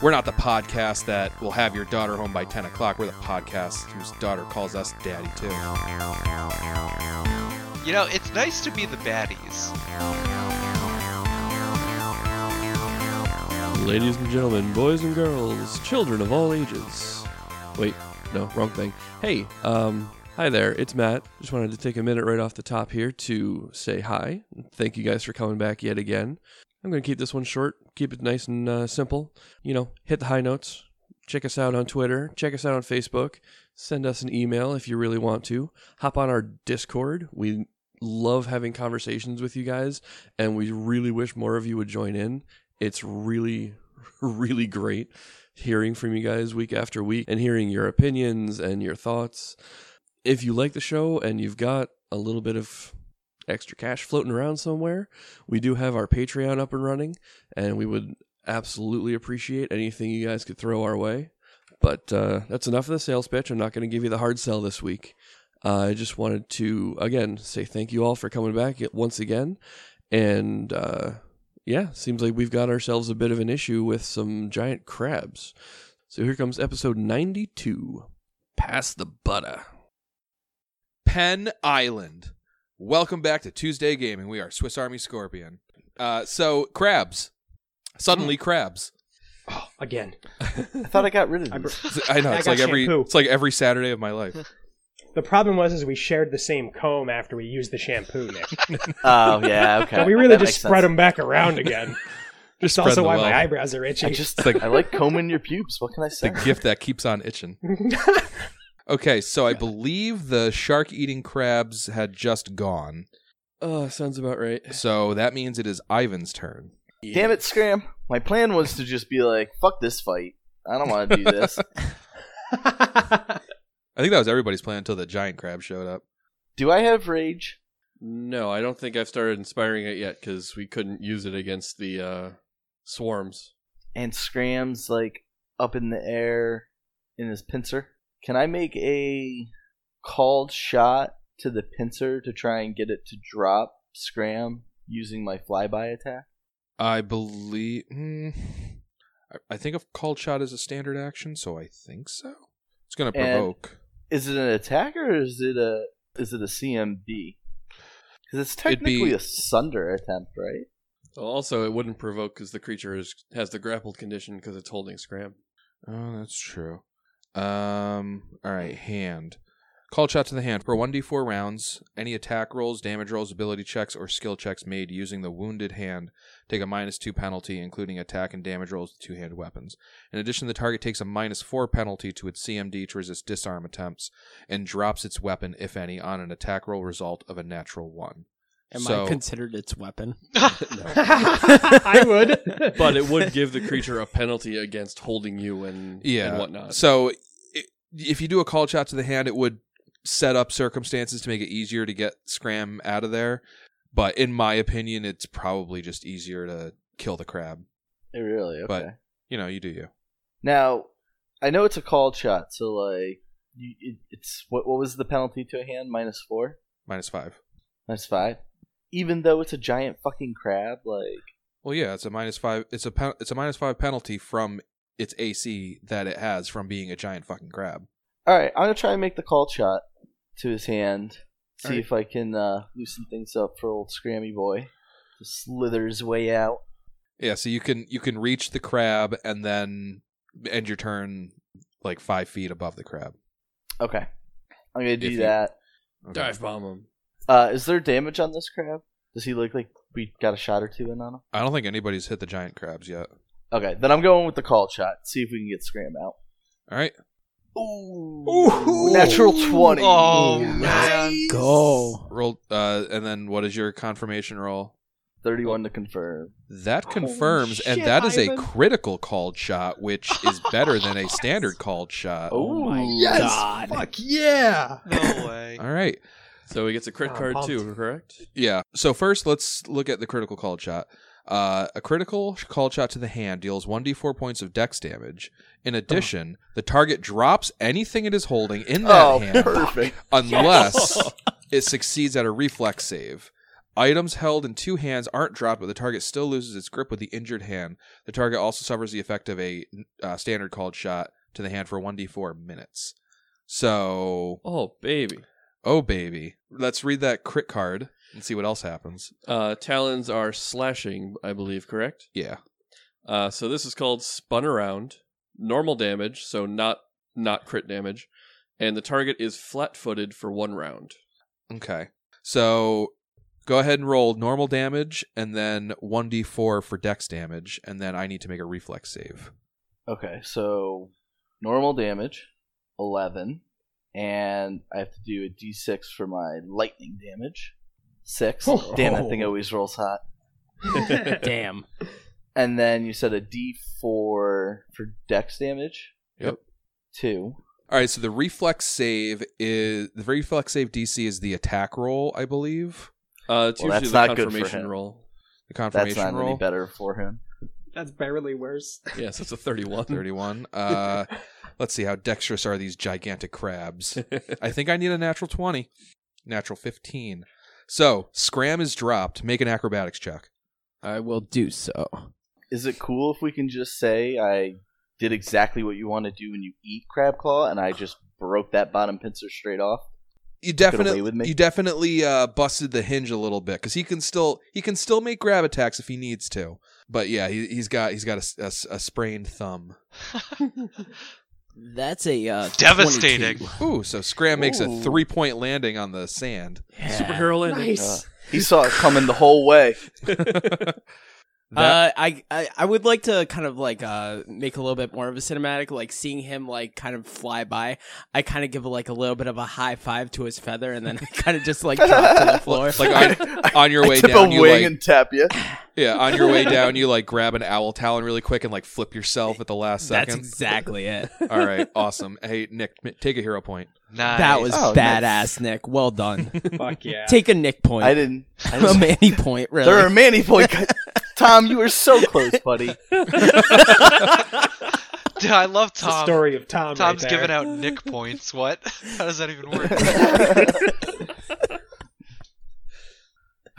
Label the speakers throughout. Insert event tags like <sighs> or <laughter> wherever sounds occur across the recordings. Speaker 1: We're not the podcast that will have your daughter home by 10 o'clock. We're the podcast whose daughter calls us daddy, too.
Speaker 2: You know, it's nice to be the
Speaker 3: <laughs>
Speaker 2: baddies.
Speaker 4: Ladies and gentlemen, boys and girls, children of all ages. Wait, no, wrong thing. Hey, um, hi there, it's Matt. Just wanted to take a minute right off the top here to say hi. Thank you guys for coming back yet again. I'm going to keep this one short, keep it nice and uh, simple. You know, hit the high notes. Check us out on Twitter. Check us out on Facebook. Send us an email if you really want to. Hop on our Discord. We love having conversations with you guys, and we really wish more of you would join in it's really <laughs> really great hearing from you guys week after week and hearing your opinions and your thoughts if you like the show and you've got a little bit of extra cash floating around somewhere we do have our patreon up and running and we would absolutely appreciate anything you guys could throw our way but uh, that's enough of the sales pitch i'm not going to give you the hard sell this week uh, i just wanted to again say thank you all for coming back once again and uh, yeah, seems like we've got ourselves a bit of an issue with some giant crabs. So here comes episode 92 Pass the Butter.
Speaker 1: Penn Island. Welcome back to Tuesday Gaming. We are Swiss Army Scorpion. Uh, so, crabs. Suddenly,
Speaker 3: Hmm.
Speaker 1: crabs.
Speaker 3: <laughs> <sighs> Again,
Speaker 5: I thought I got rid of
Speaker 3: I br-
Speaker 5: these.
Speaker 1: I know
Speaker 3: I
Speaker 1: it's
Speaker 3: got
Speaker 1: like every
Speaker 3: shampoo.
Speaker 1: it's like every Saturday of my life.
Speaker 3: <laughs> the problem was is we shared the same comb after we used the shampoo. Nick,
Speaker 5: <laughs>
Speaker 3: <laughs>
Speaker 5: Oh yeah, okay.
Speaker 3: but we really
Speaker 5: That
Speaker 3: just
Speaker 5: makes
Speaker 3: spread
Speaker 5: sense.
Speaker 3: them back around
Speaker 5: <laughs>
Speaker 3: again. That's
Speaker 1: spreading
Speaker 3: also
Speaker 1: the
Speaker 3: why
Speaker 1: wealth.
Speaker 3: my eyebrows are itchy.
Speaker 5: I
Speaker 3: <laughs>
Speaker 5: just <laughs>
Speaker 1: like-
Speaker 5: I like combing your pubes. What can I
Speaker 1: The
Speaker 5: say?
Speaker 1: gift that keeps on itching.
Speaker 5: Oh
Speaker 1: Okay, so I believe the shark eating crabs had just gone.
Speaker 4: <laughs> Oh, sounds about right.
Speaker 1: So that means it is Ivan's turn.
Speaker 5: Damn it, Scram! My plan was to just be like, "Fuck this fight. I don't want to do this."
Speaker 1: I think that was everybody's plan until the giant crab showed up.
Speaker 5: do I have rage?
Speaker 4: No, I don't think I've started inspiring it yet because we couldn't use it against the uh, swarms.
Speaker 5: And Scram's like up in the air in his pincer. Can I make a called shot to the pincer to try and get it to drop Scram using my flyby attack?
Speaker 1: I believe. Hmm. I- I think a called shot is a standard action, so I think so. It's going to
Speaker 5: And-
Speaker 1: provoke.
Speaker 5: Is it an attack or is it a is it a CMD? Because it's
Speaker 1: It'd be-
Speaker 5: technically a sunder attempt, right?
Speaker 4: Also, it wouldn't provoke because the creature is, has the grappled condition because it's holding Scram.
Speaker 1: Oh, that's true. Um. All right, hand. Call shot to the hand for 1d4 rounds. Any attack rolls, damage rolls, ability checks, or skill checks made using the wounded hand take a minus two penalty, including attack and damage rolls with two-handed weapons. In addition, the target takes a minus four penalty to its CMD to resist disarm attempts, and drops its weapon, if any, on an attack roll result of a natural one.
Speaker 6: Am
Speaker 1: So-
Speaker 6: I considered its weapon?
Speaker 3: I would,
Speaker 4: But it would give the creature a penalty against holding you and,
Speaker 1: yeah
Speaker 4: and whatnot.
Speaker 1: so i if you do a call shot to the hand it would set up circumstances to make it easier to get scram out of there but in my opinion it's probably just easier to kill the crab
Speaker 5: It really okay.
Speaker 1: But- you know you do you
Speaker 5: now, I know it's a called shot, so like, you, it, it's what what was the penalty to a hand? Minus four,
Speaker 1: minus five
Speaker 5: minus five. Even though it's a giant fucking crab, like
Speaker 1: well yeah it's a minus five it's a pen, it's a minus five penalty from its ac that it has from being a giant fucking crab
Speaker 5: all right, I'm gonna try and make the called shot to his hand. See
Speaker 1: All right.
Speaker 5: if I can uh, loosen things up for old Scrammy boy. To slither his way out.
Speaker 1: yeah so you can you can reach the crab and then end your turn like five feet above the crab
Speaker 5: Okay, I'm gonna do
Speaker 1: If you-
Speaker 5: that.
Speaker 1: Okay.
Speaker 4: Dive bomb him.
Speaker 5: Uh, is there damage on this crab? Does he look like we got a shot or two in on him?
Speaker 1: i don't think anybody's hit the giant crabs yet
Speaker 5: Okay, then I'm going with the called shot. See if we can get Scram out.
Speaker 1: all right
Speaker 5: Ooh. Natural 20.
Speaker 2: Oh,
Speaker 5: Ooh.
Speaker 2: man.
Speaker 6: Go.
Speaker 1: roll uh and then what is your confirmation roll
Speaker 5: 31 to confirm.
Speaker 1: that confirms and that is a critical called shot which is better than a standard called shot
Speaker 6: Oh my
Speaker 5: yes.
Speaker 6: god.
Speaker 3: fuck
Speaker 5: <laughs>
Speaker 3: yeah.
Speaker 2: No way.
Speaker 1: all right
Speaker 4: So he gets a crit
Speaker 3: Ah,
Speaker 4: card
Speaker 3: pumped.
Speaker 4: too, correct?
Speaker 1: yeah so first let's look at the critical called shot uh, a critical sh- called shot to the hand deals 1d4 points of dex damage in addition the target drops anything it is holding in that
Speaker 5: <laughs> Oh,
Speaker 1: hand
Speaker 5: perfect.
Speaker 1: unless it succeeds at a reflex save Items held in two hands aren't dropped, but the target still loses its grip with the injured hand. The target also suffers the effect of a uh, standard called shot to the hand for 1d4 minutes. So,
Speaker 4: Oh, baby.
Speaker 1: oh baby, let's read that crit card and see what else happens.
Speaker 4: Uh, talons are slashing, I believe, correct?
Speaker 1: Yeah.
Speaker 4: Uh, so this is called spun around, normal damage, so not not crit damage, and the target is flat-footed for one round.
Speaker 1: Okay. So go ahead and roll normal damage and then 1d4 for dex damage, and then I need to make a reflex save.
Speaker 5: Okay, so normal damage, 11. And I have to do a d6 for my lightning damage. 6.
Speaker 1: Oh.
Speaker 5: Damn, that thing always rolls hot.
Speaker 6: Damn.
Speaker 5: And then you said a d4 for dex damage.
Speaker 1: Yep.
Speaker 5: 2.
Speaker 1: All right, so the reflex save is the reflex save DC is the attack roll, I believe.
Speaker 4: Uh, it's
Speaker 5: Well,
Speaker 4: usually
Speaker 5: that's
Speaker 4: the
Speaker 5: not good for
Speaker 4: confirmation
Speaker 5: him.
Speaker 4: roll.
Speaker 1: The
Speaker 5: That's
Speaker 1: confirmation
Speaker 5: not
Speaker 1: roll.
Speaker 5: any better for him.
Speaker 6: That's barely worse.
Speaker 4: Yes,
Speaker 5: <laughs>
Speaker 4: it's a thirty-one.
Speaker 1: 31. Uh, let's see how dexterous are these gigantic
Speaker 5: <laughs>
Speaker 1: crabs. I think I need a natural 20. Natural 15. So, Scram is dropped. Make an acrobatics check.
Speaker 6: I will do so.
Speaker 5: Is it cool if we can just say I did exactly what you want to do when you eat crab claw and I just broke that bottom pincer straight off?
Speaker 1: You
Speaker 5: away with
Speaker 1: definitely
Speaker 5: me?
Speaker 1: you definitely uh, busted the hinge a little bit cuz he can still he can still make grab attacks if he needs to. But yeah, he, he's got he's got a s- a, s- a sprained thumb.
Speaker 6: That's a uh,
Speaker 2: Devastating.
Speaker 6: 22.
Speaker 1: Ooh, so Scram makes a
Speaker 5: Ooh.
Speaker 1: three-point landing on the sand. <laughs>
Speaker 6: Yeah.
Speaker 4: Superhero landing.
Speaker 5: <laughs>
Speaker 6: Nice.
Speaker 5: He saw it coming the whole
Speaker 1: <laughs>
Speaker 5: way.
Speaker 1: That-
Speaker 6: Uh, I, I I would like to kind of like uh make a little bit more of a cinematic, like seeing him like kind of fly by. I kind of give like a little bit of a high five to his feather, and then I kind of just like drop to the floor.
Speaker 1: like <laughs> on, on your way
Speaker 5: Tip
Speaker 1: down,
Speaker 5: a
Speaker 1: you
Speaker 5: wing
Speaker 1: like
Speaker 5: and tap you.
Speaker 1: yeah, on your way down, you like grab an owl talon really quick and like flip yourself at the last second.
Speaker 6: That's exactly it.
Speaker 1: <laughs> All right, awesome. Hey Nick, m- take a hero point.
Speaker 2: <laughs> nice.
Speaker 6: <laughs> That was
Speaker 5: Oh,
Speaker 6: badass,
Speaker 5: nice.
Speaker 6: Nick. Well done.
Speaker 3: Fuck yeah.
Speaker 6: Take a Nick point.
Speaker 5: I didn't.
Speaker 1: <laughs>
Speaker 5: I
Speaker 6: <laughs> a
Speaker 5: didn't
Speaker 6: Manny point, really.
Speaker 5: There are many boy. Tom, you were so close,
Speaker 1: <laughs>
Speaker 2: <laughs>
Speaker 5: buddy.
Speaker 2: Dude, I love
Speaker 3: It's the
Speaker 2: Tom.
Speaker 3: story of Tom.
Speaker 2: Tom's
Speaker 3: right there.
Speaker 2: giving out Nick points. What? <laughs> How does that even
Speaker 3: <laughs>
Speaker 2: work?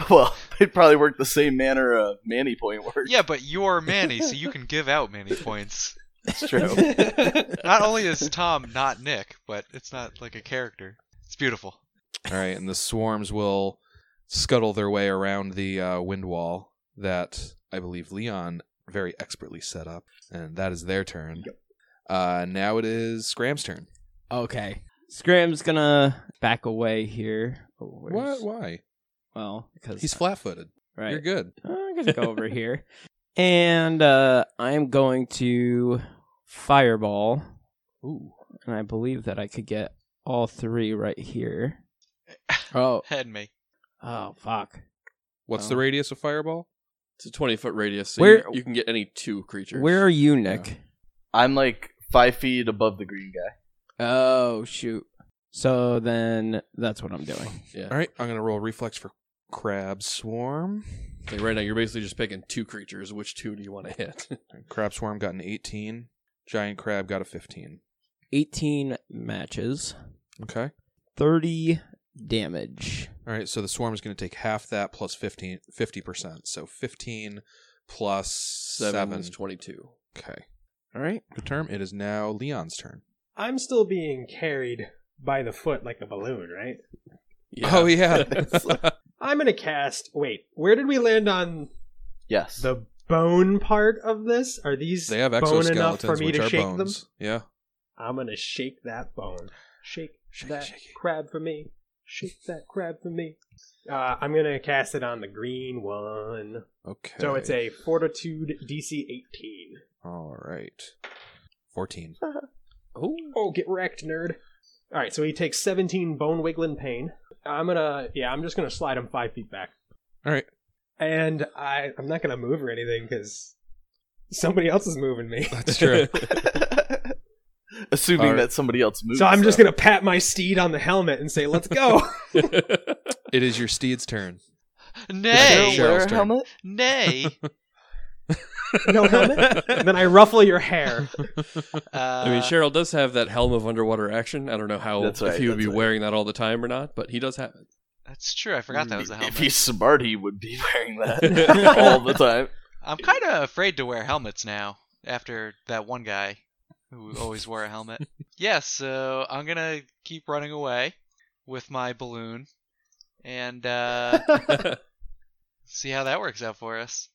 Speaker 5: well, it probably worked the same manner a Manny point worked.
Speaker 2: yeah, but you're Manny, so you can give out Manny points.
Speaker 5: That's true.
Speaker 2: Not only is Tom not Nick, but it's not like a character. It's beautiful.
Speaker 1: All right, and the swarms will scuttle their way around the uh, wind wall that I believe Leon very expertly set up, and that is their turn. Uh, now it is Scram's turn.
Speaker 6: Okay. Scram's gonna back away here. Oh,
Speaker 1: What?
Speaker 6: where's-
Speaker 1: Why?
Speaker 6: Well, because
Speaker 1: He's flat-footed.
Speaker 6: right.
Speaker 1: You're good.
Speaker 6: Uh, I'm gonna go over here, and uh, I'm going to fireball. Ooh. And I believe that I could get all three right <laughs> here. Oh.
Speaker 2: Head me.
Speaker 6: Oh fuck.
Speaker 1: What's
Speaker 6: Oh.
Speaker 1: the radius of fireball?
Speaker 4: It's a twenty-foot radius, so
Speaker 6: Where-
Speaker 4: you, you can get any two creatures.
Speaker 6: Where are you, Nick?
Speaker 5: I'm like five feet above the green guy.
Speaker 6: Oh shoot. So then that's what I'm doing.
Speaker 4: Yeah.
Speaker 1: All right, I'm gonna roll reflex for crab swarm.
Speaker 4: Like right now, you're basically just picking two creatures. Which two do you want to hit? <laughs>
Speaker 1: Crab swarm got an 18. Giant crab got a 15.
Speaker 6: 18 matches,
Speaker 1: Okay.
Speaker 6: 30 damage.
Speaker 1: All right, so the swarm is going to take half that plus 15 50%. So 15 plus 7.
Speaker 4: is twenty-two.
Speaker 1: Okay.
Speaker 6: All right.
Speaker 1: Good term. It is now Leon's turn.
Speaker 3: I'm still being carried by the foot like a balloon, right?
Speaker 1: Oh yeah.
Speaker 3: <laughs>
Speaker 1: <laughs>
Speaker 3: I'm gonna cast. Wait, where did we land on
Speaker 5: Yes.
Speaker 3: the bone part of this? Are these
Speaker 1: they have
Speaker 3: bone enough for
Speaker 1: exoskeletons
Speaker 3: me
Speaker 1: which
Speaker 3: to
Speaker 1: are
Speaker 3: shake
Speaker 1: bones.
Speaker 3: them?
Speaker 1: Yeah.
Speaker 3: I'm gonna shake that bone. Shake
Speaker 1: Shake it,
Speaker 3: that
Speaker 1: shake it.
Speaker 3: crab for me. Shake that crab for me. Uh, I'm gonna cast it on the green one.
Speaker 1: Okay.
Speaker 3: So it's a Fortitude DC 18.
Speaker 1: All right.
Speaker 3: <laughs>
Speaker 1: 14.
Speaker 3: Oh, get wrecked, nerd. All right, so he takes 17 bone wiggling pain. I'm gonna, yeah, I'm just gonna slide him five feet back,
Speaker 1: All right.
Speaker 3: and I, I'm not gonna move or anything because somebody else is moving me.
Speaker 1: That's true.
Speaker 5: <laughs> Assuming
Speaker 1: Alright.
Speaker 5: that somebody else moves.
Speaker 3: So I'm just
Speaker 5: though.
Speaker 3: gonna pat my steed on the helmet and say, "Let's go."
Speaker 4: <laughs>
Speaker 1: it is your steed's turn.
Speaker 5: Don't
Speaker 1: Hey.
Speaker 2: Nay!
Speaker 1: Sure.
Speaker 5: wear
Speaker 1: Cheryl's
Speaker 5: a
Speaker 1: turn.
Speaker 5: helmet.
Speaker 3: <laughs>
Speaker 2: Nay!
Speaker 3: no helmet. And then I ruffle your hair.
Speaker 2: Uh,
Speaker 4: I mean, Cheryl does have that helm of underwater action. I don't know how
Speaker 5: That's
Speaker 4: if
Speaker 5: right,
Speaker 4: he would be
Speaker 5: that's right.
Speaker 4: wearing that all the time or not, but he does have it.
Speaker 2: That's true. I forgot that was a helmet.
Speaker 5: If he's smart, he would be <laughs> wearing that all the time.
Speaker 2: I'm kind of afraid to wear helmets now after that one guy who always wore a
Speaker 4: <laughs>
Speaker 2: helmet. yeah, so I'm going to keep running away with my balloon and
Speaker 4: <laughs>
Speaker 2: uh, see how that works out for us.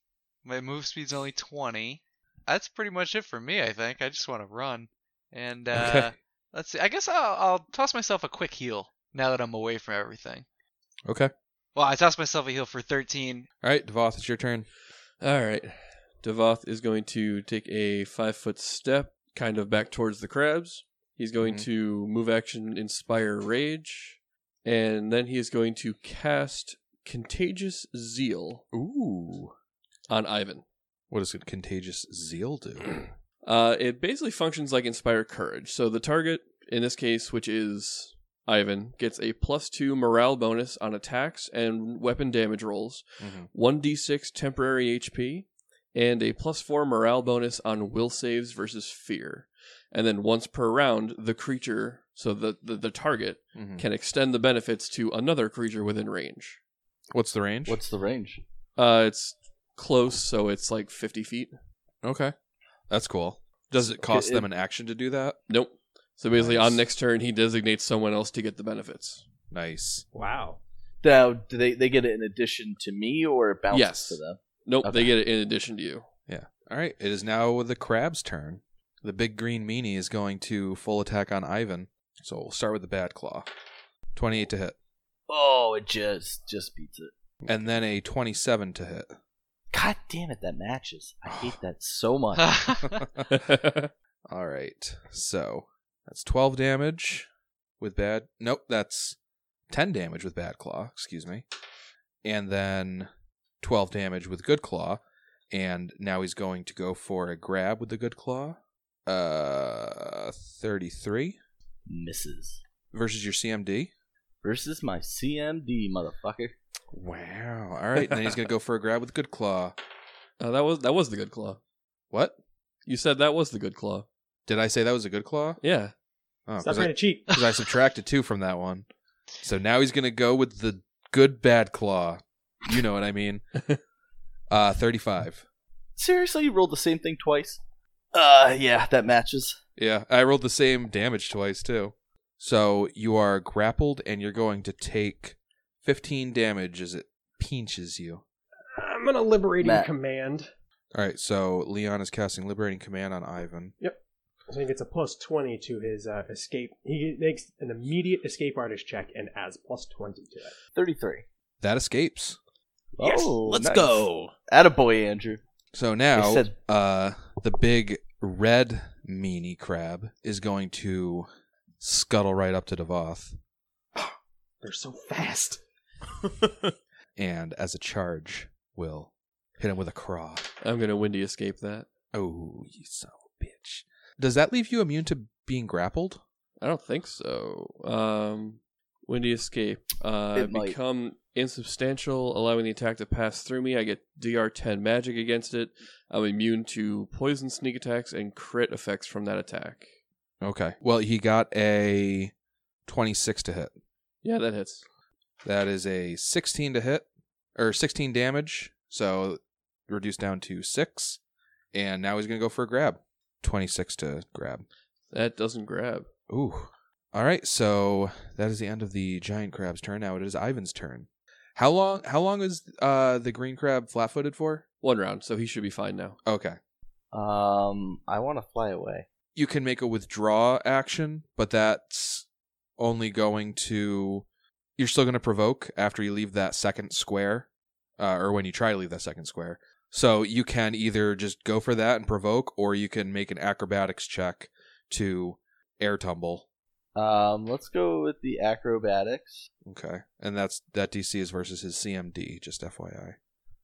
Speaker 2: My move speed's only 20. That's pretty much it for me, I think. I just want to run. And uh,
Speaker 1: Okay.
Speaker 2: let's see. I guess I'll, I'll toss myself a quick heal now that I'm away from everything.
Speaker 1: Okay.
Speaker 2: Well, I tossed myself a heal for <laughs> 13.
Speaker 1: All right, Devoth, it's your turn.
Speaker 4: All right. Devoth is going to take a five foot step kind of back towards the crabs. He's going
Speaker 5: Mm-hmm.
Speaker 1: Mhm.
Speaker 4: to move action, inspire rage, and then he is going to cast Contagious Zeal
Speaker 1: Ooh.
Speaker 4: on Ivan.
Speaker 1: What does contagious zeal
Speaker 3: <clears throat>
Speaker 1: do? Mm-hmm.
Speaker 4: Uh, it basically functions like Inspire Courage. So the target, in this case, which is Ivan, gets a plus two morale bonus on attacks and weapon damage rolls,
Speaker 1: Mhm.
Speaker 4: 1d6 temporary HP, and a plus four morale bonus on will saves versus fear. And then once per round, the creature, so the, the, the target,
Speaker 1: Mhm.
Speaker 4: can extend the benefits to another creature within range.
Speaker 1: What's the range?
Speaker 5: What's the range?
Speaker 4: Uh, it's close, so it's like 50 feet.
Speaker 1: okay? That's cool. Does it cost
Speaker 5: It-
Speaker 1: them an action to do that?
Speaker 4: Nope. So basically,
Speaker 1: Nice.
Speaker 4: on next turn, he designates someone else to get the benefits.
Speaker 1: Nice.
Speaker 3: Wow.
Speaker 5: Now, do they they get it in addition to me, or it bounces
Speaker 4: Yes.
Speaker 5: to them?
Speaker 4: Nope,
Speaker 5: Okay.
Speaker 4: they get it in addition to you.
Speaker 1: All right, it is now the crab's turn. The big green meanie is going to full attack on Ivan. So we'll start with the bad claw. 28 to hit.
Speaker 5: Oh, it just just beats it.
Speaker 1: And then a 27 to hit.
Speaker 5: God damn it, that matches. I hate that so much.
Speaker 2: <sighs>
Speaker 1: <laughs> All right. So that's 12 damage with bad. Nope, that's 10 damage with bad claw. Excuse me. And then 12 damage with good claw. And now he's going to go for a grab with the good claw. Uh, 33
Speaker 5: Misses
Speaker 1: versus your CMD.
Speaker 5: versus my CMD motherfucker.
Speaker 1: Wow. All right. And then he's going to go for a grab with good claw.
Speaker 4: Uh, that was that was the good claw.
Speaker 1: What?
Speaker 4: You said that was the good claw.
Speaker 1: Did I say that was a good claw?
Speaker 4: Yeah.
Speaker 1: Oh,
Speaker 3: Stop
Speaker 1: 'cause I-
Speaker 3: trying to cheat.
Speaker 1: because I subtracted two from that one. So now he's gonna go with the good bad claw. You know what I
Speaker 5: <laughs>
Speaker 1: mean? Uh, thirty-five.
Speaker 5: Seriously, you rolled the same thing twice. Uh, yeah, that matches.
Speaker 1: Yeah, I rolled the same damage twice too. So you are grappled, and you're going to take fifteen damage as it pinches you.
Speaker 3: I'm gonna liberate
Speaker 5: Matt.
Speaker 3: command.
Speaker 1: All right, so Leon is casting liberating command on Ivan.
Speaker 3: So he gets a plus twenty to his uh, escape. He makes an immediate escape artist check and adds plus twenty to it.
Speaker 5: Thirty-three.
Speaker 1: That escapes.
Speaker 6: Yes,
Speaker 5: Oh,
Speaker 6: let's
Speaker 5: nice.
Speaker 6: go.
Speaker 5: Attaboy, Andrew.
Speaker 1: So now,
Speaker 5: They said-
Speaker 1: uh, the big red meanie crab is going to scuttle right up to Devoth.
Speaker 3: They're so fast.
Speaker 1: and as a charge will hit him with a craw.
Speaker 4: I'm gonna windy escape that.
Speaker 1: Oh, you son of a bitch. Does that leave you immune to being grappled?
Speaker 4: I don't think so. Um, windy escape. Uh,
Speaker 5: It might.
Speaker 4: become insubstantial, allowing the attack to pass through me. I get DR10 magic against it. I'm immune to poison, sneak attacks, and crit effects from that attack.
Speaker 1: Okay. Well, he got a 26 to hit.
Speaker 4: Yeah, that hits.
Speaker 1: That is a 16 to hit, or 16 damage. So reduced down to 6. And now he's going to go for a grab. 26 to grab.
Speaker 4: That doesn't grab.
Speaker 1: Ooh. All right, so that is the end of the giant crab's turn. Now it is Ivan's turn. How long? How long is uh, the green crab flat-footed for?
Speaker 4: One round, so he should be fine now.
Speaker 1: Okay,
Speaker 5: Um, I want to fly away.
Speaker 1: you can make a withdraw action, but that's only going to you're still going to provoke after you leave that second square, uh, or when you try to leave that second square. So you can either just go for that and provoke, or you can make an acrobatics check to air tumble.
Speaker 5: Um, let's go with the acrobatics.
Speaker 1: Okay, and that's that DC is versus his CMD. Just FYI.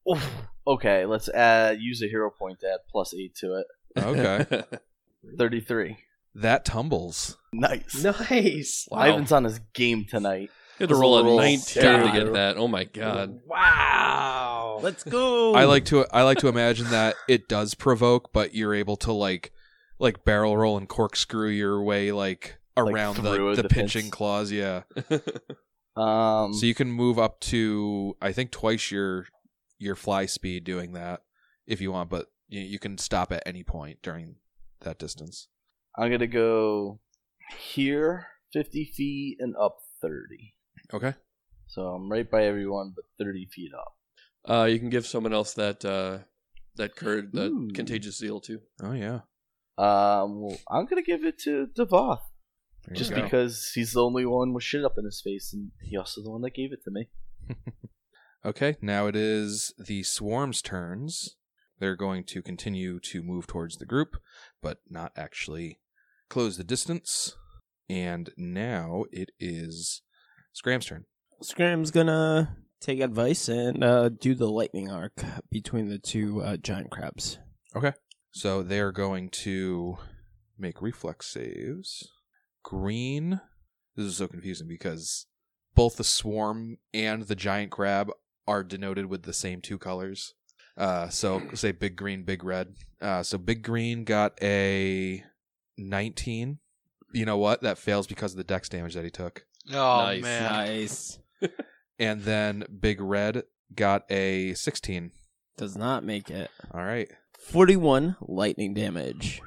Speaker 5: Oof. Okay, let's add use a hero point to add plus eight to it.
Speaker 4: <laughs>
Speaker 1: Okay.
Speaker 5: Thirty-three.
Speaker 1: That tumbles.
Speaker 5: Nice.
Speaker 3: Nice.
Speaker 4: Wow.
Speaker 5: Ivan's on his game tonight.
Speaker 4: You had to
Speaker 5: Those
Speaker 4: roll a
Speaker 5: little
Speaker 4: 19 to
Speaker 5: stab.
Speaker 4: get that. Oh my god.
Speaker 3: Wow.
Speaker 6: Let's go.
Speaker 1: I like to I like to imagine that it does provoke, but you're able to like like barrel roll and corkscrew your way like around
Speaker 5: through
Speaker 1: the, the
Speaker 5: the
Speaker 1: pinching
Speaker 5: fence.
Speaker 1: claws. Yeah.
Speaker 5: Um,
Speaker 1: So you can move up to I think twice your your fly speed doing that if you want, but you, you can stop at any point during that distance.
Speaker 5: I'm gonna go here 50 feet and up 30.
Speaker 1: Okay.
Speaker 5: So I'm right by everyone, but 30 feet up.
Speaker 4: <laughs> Uh, you can give someone else that uh, that courage, that
Speaker 5: Ooh.
Speaker 4: contagious zeal too.
Speaker 1: Oh yeah.
Speaker 5: Um, well, I'm gonna give it to Devoth
Speaker 1: There you
Speaker 5: just
Speaker 1: go.
Speaker 5: because he's the only one with shit up in his face, and he also the one that gave it to me.
Speaker 1: Okay, now it is the swarm's turns. They're going to continue to move towards the group, but not actually close the distance. And now it is Scram's turn.
Speaker 6: Scram's gonna take advice and uh, do the lightning arc between the two uh, giant crabs.
Speaker 1: So they're going to make reflex saves. Green. This is so confusing because both the swarm and the giant crab are denoted with the same two colors. Uh, so say big green, big red. Uh, so big green got a 19. You know what? That fails because of the dex damage that he took.
Speaker 2: Oh
Speaker 4: <laughs> Nice.
Speaker 2: man.
Speaker 6: Nice.
Speaker 1: And then big red got a 16.
Speaker 6: Does not make it.
Speaker 1: All right.
Speaker 6: 41 lightning damage.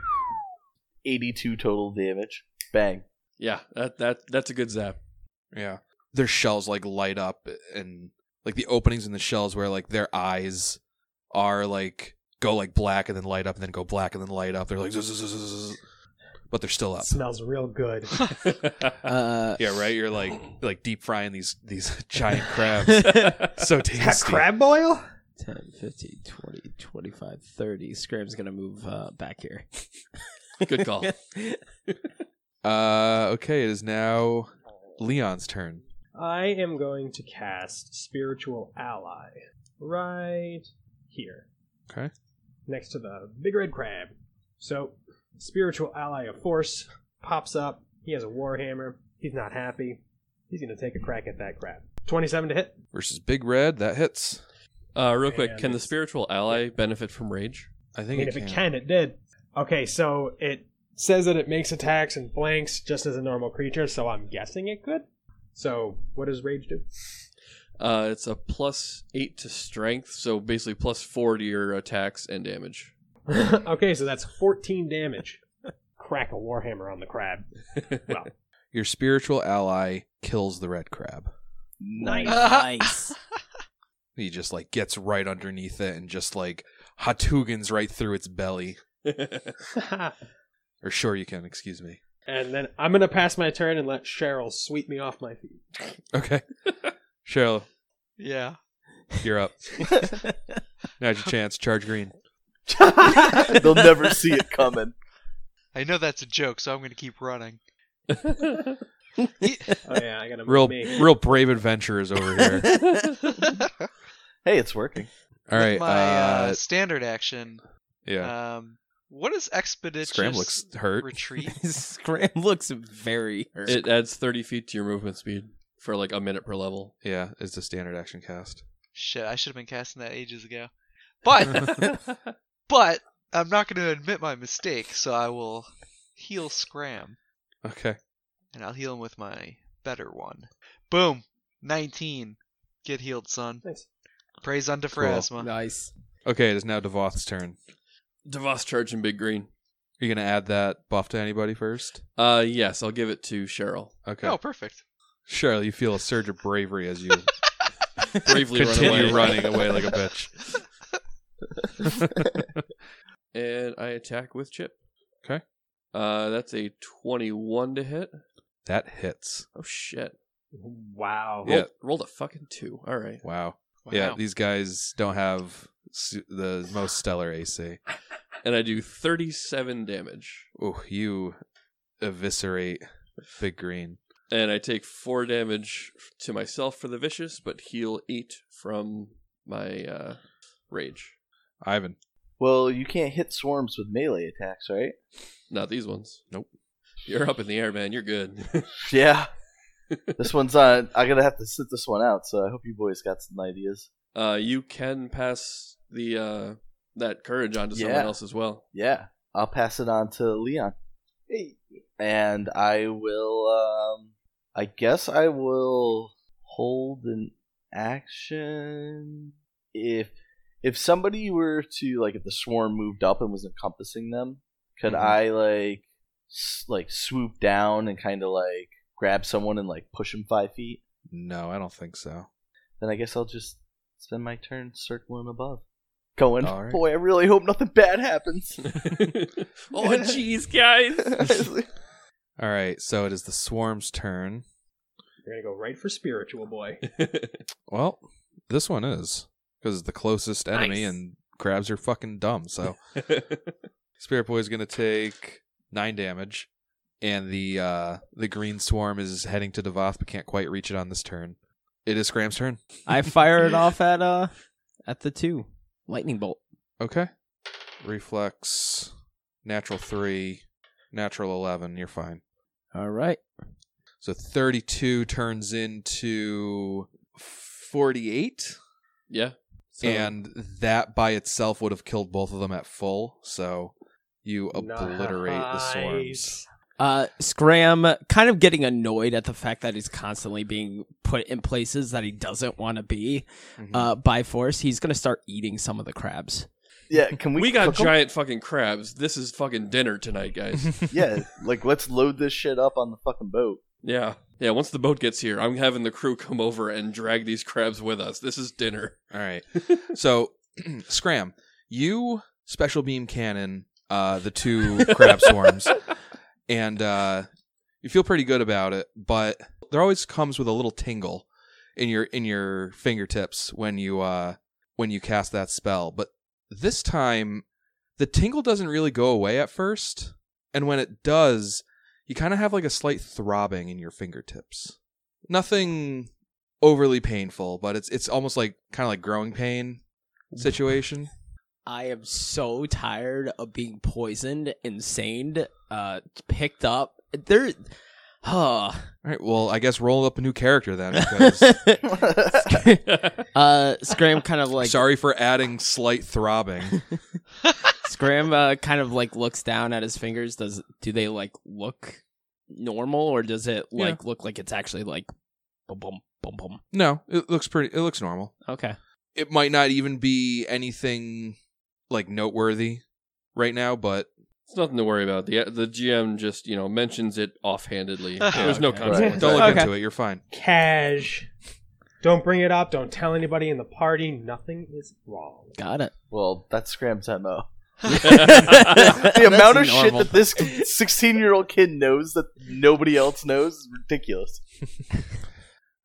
Speaker 5: 82 total damage. Bang.
Speaker 4: Yeah, that that that's a good
Speaker 1: <laughs>
Speaker 4: zap. <laughs>
Speaker 1: Yeah. Their shells like light up and like the openings in the shells where like their eyes are like go like black and then light up and then go black and then light up. They're like zzz, zzz, zzz, zzz, zzz. but they're still up.
Speaker 3: Smells real good.
Speaker 6: Uh,
Speaker 1: Yeah, right? You're like
Speaker 3: <laughs>
Speaker 1: like deep frying these these <laughs> giant crabs. so tasty.
Speaker 3: That crab boil?
Speaker 6: 10, 15, 20, 25, 30. Scram's gonna move uh, back here.
Speaker 1: <laughs>
Speaker 4: Good call.
Speaker 1: Uh okay, it is now Leon's turn.
Speaker 3: I am going to cast Spiritual Ally right here.
Speaker 1: Okay.
Speaker 3: Next to the big red crab. So, Spiritual Ally of Force pops up. He has a Warhammer. He's not happy. He's going to take a crack at that crab. 27 to hit.
Speaker 1: Versus Big Red, that hits.
Speaker 4: Uh, real quick,
Speaker 3: And
Speaker 4: can the
Speaker 3: it's-
Speaker 4: spiritual ally benefit from rage?
Speaker 1: I
Speaker 3: I
Speaker 1: think it
Speaker 3: mean, if
Speaker 1: can.
Speaker 3: it can, it did. Okay, so it says that it makes attacks and blanks just as a normal creature, so I'm guessing it could. So, what does Rage do?
Speaker 4: Uh, it's a plus eight to strength, so basically plus four to your attacks and damage.
Speaker 3: <laughs> okay, so that's 14 damage. Crack a Warhammer on the crab. Well,
Speaker 1: Your spiritual ally kills the red crab.
Speaker 5: Nice.
Speaker 6: nice.
Speaker 1: He just like gets right underneath it and just like Hatugans right through its belly.
Speaker 3: <laughs>
Speaker 1: Or sure you can, excuse me.
Speaker 3: and then I'm going to pass my turn and let Cheryl sweep me off my feet.
Speaker 4: <laughs>
Speaker 1: Okay. Cheryl,
Speaker 2: Yeah.
Speaker 1: you're up. Now's your chance. Charge green.
Speaker 5: <laughs> They'll never see it coming.
Speaker 2: I know that's a joke, so I'm gonna keep <laughs> running.
Speaker 3: Oh, yeah, I got to
Speaker 1: Real
Speaker 3: me.
Speaker 1: real brave adventurers over
Speaker 4: <laughs>
Speaker 1: here.
Speaker 5: Hey, it's working.
Speaker 1: All right.
Speaker 2: My
Speaker 1: uh,
Speaker 2: standard action.
Speaker 1: yeah.
Speaker 2: Um, what is expeditious
Speaker 1: Scram looks hurt. <laughs>
Speaker 2: retreat?
Speaker 6: <laughs> Scram looks very hurt.
Speaker 4: It adds thirty feet to your movement speed for like a minute per level.
Speaker 1: Yeah, it's a standard action cast.
Speaker 2: Shit, I should have been casting that ages ago. But
Speaker 1: <laughs>
Speaker 2: but I'm not going to admit my mistake, so I will heal Scram,
Speaker 1: Okay.
Speaker 2: and I'll heal him with my better one. Boom, 19. Get healed, son.
Speaker 3: Nice.
Speaker 2: Praise unto
Speaker 1: Cool.
Speaker 2: Phrasma.
Speaker 6: nice.
Speaker 1: Okay, it is now Devoth's turn.
Speaker 4: Devos charging big green.
Speaker 1: Are you gonna add that buff to anybody first?
Speaker 4: Uh, yes, I'll give it to
Speaker 1: <laughs>
Speaker 4: Cheryl.
Speaker 1: Okay.
Speaker 2: Oh, perfect.
Speaker 1: Cheryl, you feel a surge of bravery as you
Speaker 4: Bravely run
Speaker 1: continue
Speaker 4: away.
Speaker 1: running away like a bitch.
Speaker 4: and I attack with chip.
Speaker 1: Okay.
Speaker 4: Uh, that's a twenty-one to hit.
Speaker 1: <laughs> That hits.
Speaker 4: Oh shit!
Speaker 3: Wow.
Speaker 1: Yeah.
Speaker 4: Roll, rolled a fucking two. All right.
Speaker 1: Wow.
Speaker 2: Wow.
Speaker 1: Yeah, these guys don't have su- the most stellar AC.
Speaker 4: and I do 37 damage,
Speaker 1: Ooh, you eviscerate Big Green.
Speaker 4: and I take four damage to myself for the vicious, but heal eight from my uh, rage.
Speaker 1: Ivan.
Speaker 5: Well, you can't hit swarms with melee attacks, right?
Speaker 4: Not these ones.
Speaker 1: Nope.
Speaker 4: You're up in the air, man. You're good. <laughs>
Speaker 5: Yeah. this one's on. I'm gonna have to sit this one out. So I hope you boys got some ideas.
Speaker 4: uh, you can pass the uh, that courage on to someone
Speaker 5: Yeah.
Speaker 4: else as
Speaker 5: <laughs>
Speaker 4: well.
Speaker 5: Yeah, I'll pass it on to Leon,
Speaker 3: Hey.
Speaker 5: and I will. Um, I guess I will hold an action if if somebody were to like if the swarm moved up and was encompassing them could
Speaker 1: Mhm.
Speaker 5: i like s- like swoop down and kind of like grab someone and like push him five feet
Speaker 1: No, I don't think so.
Speaker 5: then i guess i'll just spend my turn circling above going
Speaker 1: All right.
Speaker 5: boy i really hope nothing bad happens
Speaker 6: <laughs> oh, jeez, guys.
Speaker 1: All right, so it is the swarm's turn.
Speaker 3: You're gonna go right for spiritual boy.
Speaker 1: Well, this one is because it's the closest enemy,
Speaker 6: Nice.
Speaker 1: and crabs are fucking dumb. So Spirit Boy is going to take nine damage, and the uh, the green swarm is heading to Devoth, but can't quite reach it on this turn. It is Scram's turn.
Speaker 6: I fire it off at uh at the two lightning bolt.
Speaker 1: Okay. Reflex, natural three, natural eleven. You're fine.
Speaker 6: All right.
Speaker 1: So thirty-two turns into forty-eight.
Speaker 4: yeah. So-
Speaker 1: and that by itself would have killed both of them at full. So you obliterate the swarms.
Speaker 3: Nice.
Speaker 6: Uh, Scram, kind of getting annoyed at the fact that he's constantly being put in places that he doesn't want to be
Speaker 1: Mhm.
Speaker 6: uh, by force. He's gonna start eating some of the crabs.
Speaker 5: yeah can we
Speaker 4: we got
Speaker 5: cook 'em?
Speaker 4: giant fucking crabs. This is fucking dinner tonight, guys.
Speaker 5: <laughs> yeah like let's load this shit up on the
Speaker 4: <laughs>
Speaker 5: fucking boat
Speaker 4: yeah. Yeah, once the boat gets here, I'm having the crew come over and drag these crabs with us. This is dinner.
Speaker 1: All right. So, <clears throat> Scram, you special beam cannon uh, the two crab swarms, and uh, you feel pretty good about it. But there always comes with a little tingle in your in your fingertips when you uh, when you cast that spell. But this time, the tingle doesn't really go away at first, and when it does, you kind of have like a slight throbbing in your fingertips. Nothing overly painful, but it's it's almost like kind of like growing pain
Speaker 6: <laughs>
Speaker 1: situation.
Speaker 6: I am so tired of being poisoned, insaned, uh, picked up. There, <sighs> huh.
Speaker 1: All right, well, I guess roll up a new character then. Because
Speaker 6: <laughs> uh, Scram kind of like
Speaker 1: sorry for adding slight
Speaker 6: <laughs>
Speaker 1: throbbing.
Speaker 6: Scram uh, kind of like looks down at his fingers. Does do they like look normal or does it
Speaker 1: Yeah.
Speaker 6: like look like it's actually like bum bum bum bum?
Speaker 1: No, it looks pretty. It looks normal.
Speaker 6: Okay.
Speaker 1: It might not even be anything like noteworthy right now, but
Speaker 6: <laughs>
Speaker 4: It's nothing to worry about. The the GM just, you know, mentions it offhandedly.
Speaker 1: <laughs>
Speaker 4: There's no
Speaker 1: okay.
Speaker 4: consequence.
Speaker 1: don't look
Speaker 6: Okay.
Speaker 1: into it. You're fine.
Speaker 3: Cash. Don't bring it up. Don't tell anybody in the party. Nothing is wrong.
Speaker 6: Got it.
Speaker 5: well that's
Speaker 4: <laughs>
Speaker 5: scram's mo
Speaker 6: the
Speaker 3: <laughs>
Speaker 5: the amount of shit that this 16 year old kid knows that nobody else knows is ridiculous.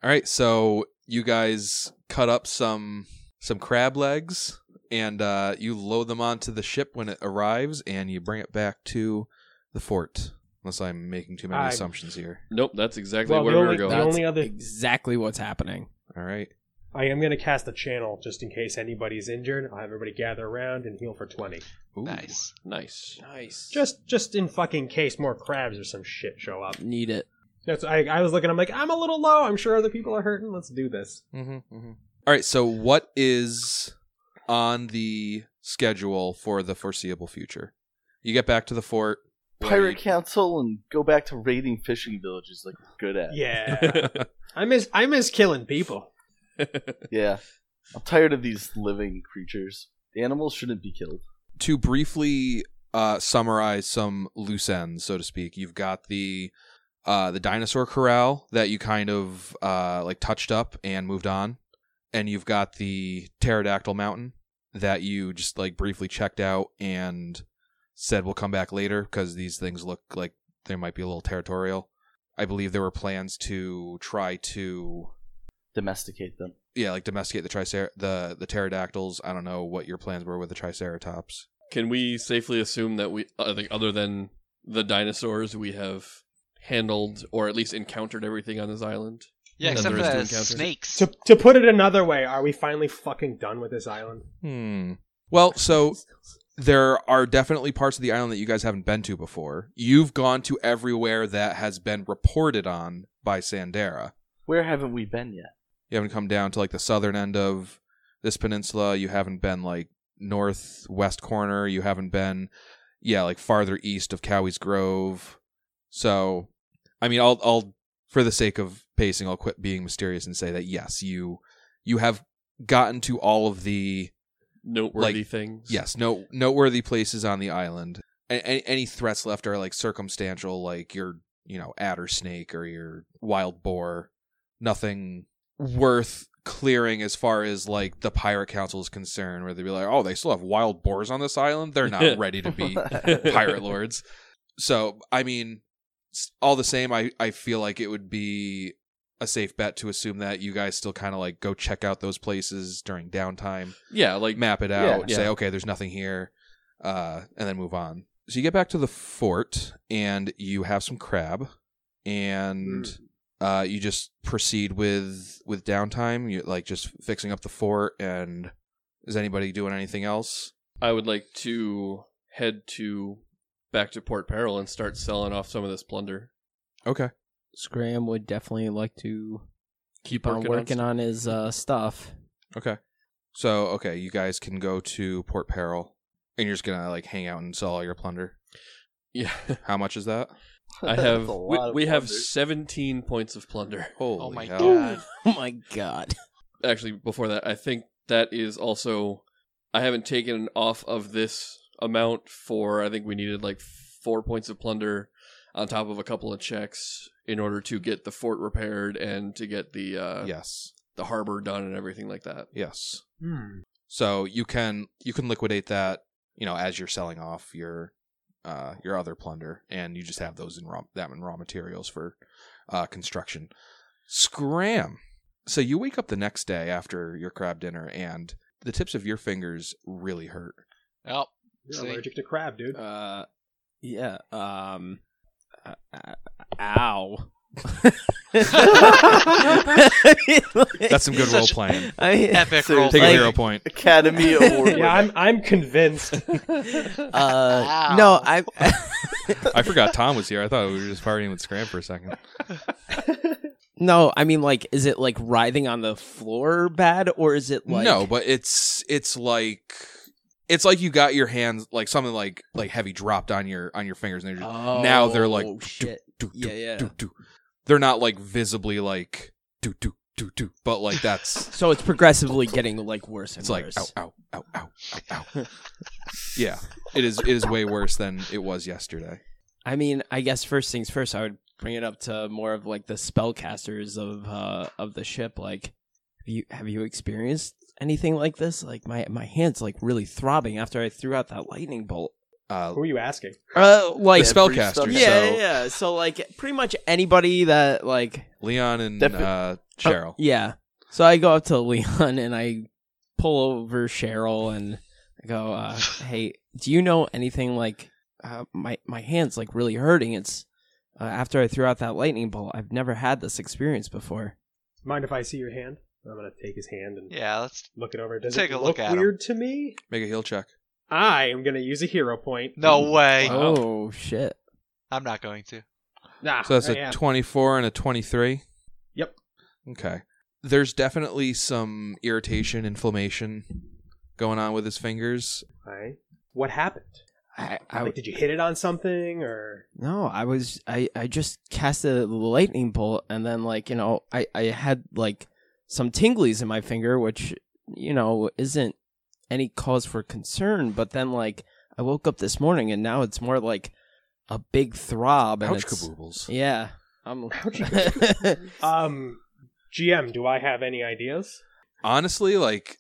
Speaker 1: All right, so you guys cut up some some crab legs and uh, you load them onto the ship when it arrives, and you bring it back to the fort. Unless I'm making too many
Speaker 3: I'm-
Speaker 1: assumptions here.
Speaker 4: Nope, that's exactly
Speaker 3: Well,
Speaker 4: where
Speaker 3: the
Speaker 4: we were
Speaker 3: only-
Speaker 4: going.
Speaker 3: the only other-
Speaker 6: exactly what's happening.
Speaker 1: All right.
Speaker 3: I am gonna cast a channel just in case anybody's injured. I'll have everybody gather around and heal for twenty.
Speaker 1: Ooh.
Speaker 2: nice.
Speaker 4: Nice. Nice.
Speaker 3: Just, just in fucking case more crabs or some shit show up.
Speaker 6: Need it.
Speaker 3: That's I, I was looking. I'm like, I'm a little low. I'm sure other people are hurting. Let's do this.
Speaker 1: Mm-hmm, All right. So, what is on the schedule for the foreseeable future? You get back to the fort. What do
Speaker 5: Pirate Council and go back to raiding fishing villages like you're good at.
Speaker 3: Yeah,
Speaker 2: <laughs>
Speaker 1: <laughs>
Speaker 3: I miss, I miss killing people.
Speaker 5: Yeah. I'm tired of these living creatures. The animals shouldn't be killed.
Speaker 1: to briefly uh, summarize some loose ends, so to speak, you've got the uh, the dinosaur corral that you kind of uh, like touched up and moved on, and you've got the pterodactyl mountain that you just like briefly checked out and said we'll come back later because these things look like they might be a little territorial. I believe there were plans to try to
Speaker 5: Domesticate them.
Speaker 1: yeah like domesticate the tricer the the pterodactyls. I don't know what your plans were with the triceratops.
Speaker 4: <laughs> Can we safely assume that we, I think, other than the dinosaurs, we have handled or at least encountered everything on this island?
Speaker 2: Yeah,
Speaker 4: And
Speaker 2: except for
Speaker 4: there is
Speaker 2: the
Speaker 4: two encounters.
Speaker 2: snakes.
Speaker 3: To, to put it another way, are we finally fucking done with this island?
Speaker 1: Hmm. Well, so there are definitely parts of the island that you guys haven't been to before. You've gone to everywhere that has been reported on by Sandera.
Speaker 5: Where haven't we been yet?
Speaker 1: You haven't come down to like the southern end of this peninsula. You haven't been like northwest corner. You haven't been, yeah, like farther east of Cowie's Grove. So, I mean, I'll I'll for the sake of pacing, I'll quit being mysterious and say that yes, you you have gotten to all of the
Speaker 4: Noteworthy things. <laughs>
Speaker 1: yes no noteworthy places on the island. A- any, any threats left are like circumstantial, like your you know adder snake or your wild boar. Nothing worth clearing as far as like the pirate council is concerned, where they'd be like, oh, they still have wild boars on this island. They're not ready to
Speaker 5: <laughs>
Speaker 1: be pirate lords. So, I mean, s- all the same, I, I feel like it would be a safe bet to assume that you guys still kind of like go check out those places during downtime,
Speaker 4: Yeah, like
Speaker 1: like map it out,
Speaker 4: Yeah.
Speaker 1: say,
Speaker 4: Yeah.
Speaker 1: okay, there's nothing here, uh, and then move on. So you get back to the fort and you have some crab and.
Speaker 4: Hmm.
Speaker 1: Uh, you just proceed with with downtime. You like just fixing up the fort, and is anybody doing anything else?
Speaker 4: I would like to head to back to Port Peril and start selling off some of this plunder.
Speaker 1: Okay.
Speaker 6: Scram would definitely like to
Speaker 4: Keep
Speaker 6: keep on
Speaker 4: working,
Speaker 6: working
Speaker 4: on,
Speaker 6: on his uh, stuff.
Speaker 1: Okay. So okay, you guys can go to Port Peril, and you're just gonna like hang out and sell all your plunder.
Speaker 4: <laughs> Yeah,
Speaker 6: <laughs>
Speaker 1: How much is that?
Speaker 4: I
Speaker 5: That's
Speaker 4: have.
Speaker 5: a
Speaker 4: We,
Speaker 5: lot of
Speaker 4: we have
Speaker 5: plunder.
Speaker 4: seventeen points of plunder. <laughs>
Speaker 1: Holy
Speaker 2: oh my
Speaker 1: hell!
Speaker 2: god.
Speaker 6: <laughs> Oh my god.
Speaker 4: Actually, before that, I think that is also. I haven't taken off of this amount for. I think we needed like four points of plunder on top of a couple of checks in order to get the fort repaired and to get the uh,
Speaker 1: Yes,
Speaker 4: the harbor done and everything like that.
Speaker 1: yes.
Speaker 3: Hmm.
Speaker 1: So you can you can liquidate that, you know, as you're selling off your uh your other plunder, and you just have those in raw that in raw materials for uh construction. Scram. So you wake up the next day after your crab dinner, and the tips of your fingers really
Speaker 6: <laughs>
Speaker 1: hurt.
Speaker 2: Oh,
Speaker 3: You're
Speaker 2: See?
Speaker 3: allergic to
Speaker 2: <laughs>
Speaker 3: crab, dude.
Speaker 6: Uh, yeah. Um. uh, uh,
Speaker 3: <laughs>
Speaker 6: ow. <laughs>
Speaker 1: That's some good role
Speaker 2: Such-
Speaker 1: playing.
Speaker 6: <laughs> I mean,
Speaker 2: epic roll.
Speaker 1: Take a
Speaker 6: Like-
Speaker 1: hero point.
Speaker 4: <laughs>
Speaker 5: Academy Award.
Speaker 3: yeah, I'm I'm
Speaker 2: <laughs>
Speaker 3: convinced.
Speaker 6: <laughs> uh, no,
Speaker 2: Ow.
Speaker 6: I.
Speaker 1: I <laughs> forgot Tom was here. I thought we were just partying with Scram for a second.
Speaker 6: <laughs> no, I mean, like, is it like writhing on the floor bad, or is it like
Speaker 1: no, but it's it's like it's like you got your hands like something like like heavy dropped on your on your fingers, and they're just, now they're like
Speaker 6: Oh,
Speaker 1: do,
Speaker 6: shit.
Speaker 1: do, do,
Speaker 6: Yeah, yeah.
Speaker 1: do, do. They're not like visibly like do do do do, but like <laughs> that's
Speaker 6: So it's progressively getting like worse and
Speaker 1: it's like
Speaker 6: worse.
Speaker 1: ow ow ow ow ow. <laughs> ow. yeah, it is it is way worse than it was yesterday.
Speaker 6: I mean, I guess first things first, I would bring it up to more of like the spellcasters of uh of the ship. Like, have you have you experienced anything like this? Like my my hands like really throbbing after I threw out that lightning bolt.
Speaker 1: Uh,
Speaker 3: Who are you asking?
Speaker 6: Uh,
Speaker 1: the
Speaker 6: like
Speaker 5: spell-
Speaker 1: spellcaster.
Speaker 5: stuff.
Speaker 6: yeah,
Speaker 1: so
Speaker 6: yeah. So like pretty much anybody that like
Speaker 1: Leon and
Speaker 5: Defi-
Speaker 1: uh, Cheryl.
Speaker 6: Oh, yeah. So I go up to Leon and I pull over Cheryl and I go, uh, "Hey, do you know anything like uh, my my hands like really hurting? It's uh, after I threw out that lightning bolt. I've never had this experience before."
Speaker 3: Mind if I see your hand? I'm gonna take his hand and
Speaker 2: Yeah, let's
Speaker 3: look it over. Does
Speaker 2: Take
Speaker 3: it
Speaker 2: a look at him.
Speaker 3: weird to me?
Speaker 1: Make a heal check.
Speaker 3: I am gonna use a hero point.
Speaker 2: No way.
Speaker 4: Wow.
Speaker 6: Oh shit!
Speaker 2: I'm not going to.
Speaker 3: Nah,
Speaker 6: Ah,
Speaker 1: So
Speaker 6: oh,
Speaker 1: that's
Speaker 3: I
Speaker 1: a
Speaker 3: am.
Speaker 1: 24 and a 23.
Speaker 3: Yep.
Speaker 1: Okay. There's definitely some irritation, inflammation going on with his fingers.
Speaker 3: Alright. What happened?
Speaker 6: I, I
Speaker 3: like, did you hit it on something or?
Speaker 6: no, I was I I just cast a lightning bolt and then like you know I I had like some tinglies in my finger, which you know isn't any cause for concern. But then like I woke up this morning and now it's more like a big throb and
Speaker 1: Ouch
Speaker 6: it's
Speaker 1: kaboobles.
Speaker 6: yeah.
Speaker 1: <laughs>
Speaker 6: <laughs> I'm
Speaker 3: Um, GM, do I have any ideas?
Speaker 1: Honestly, like,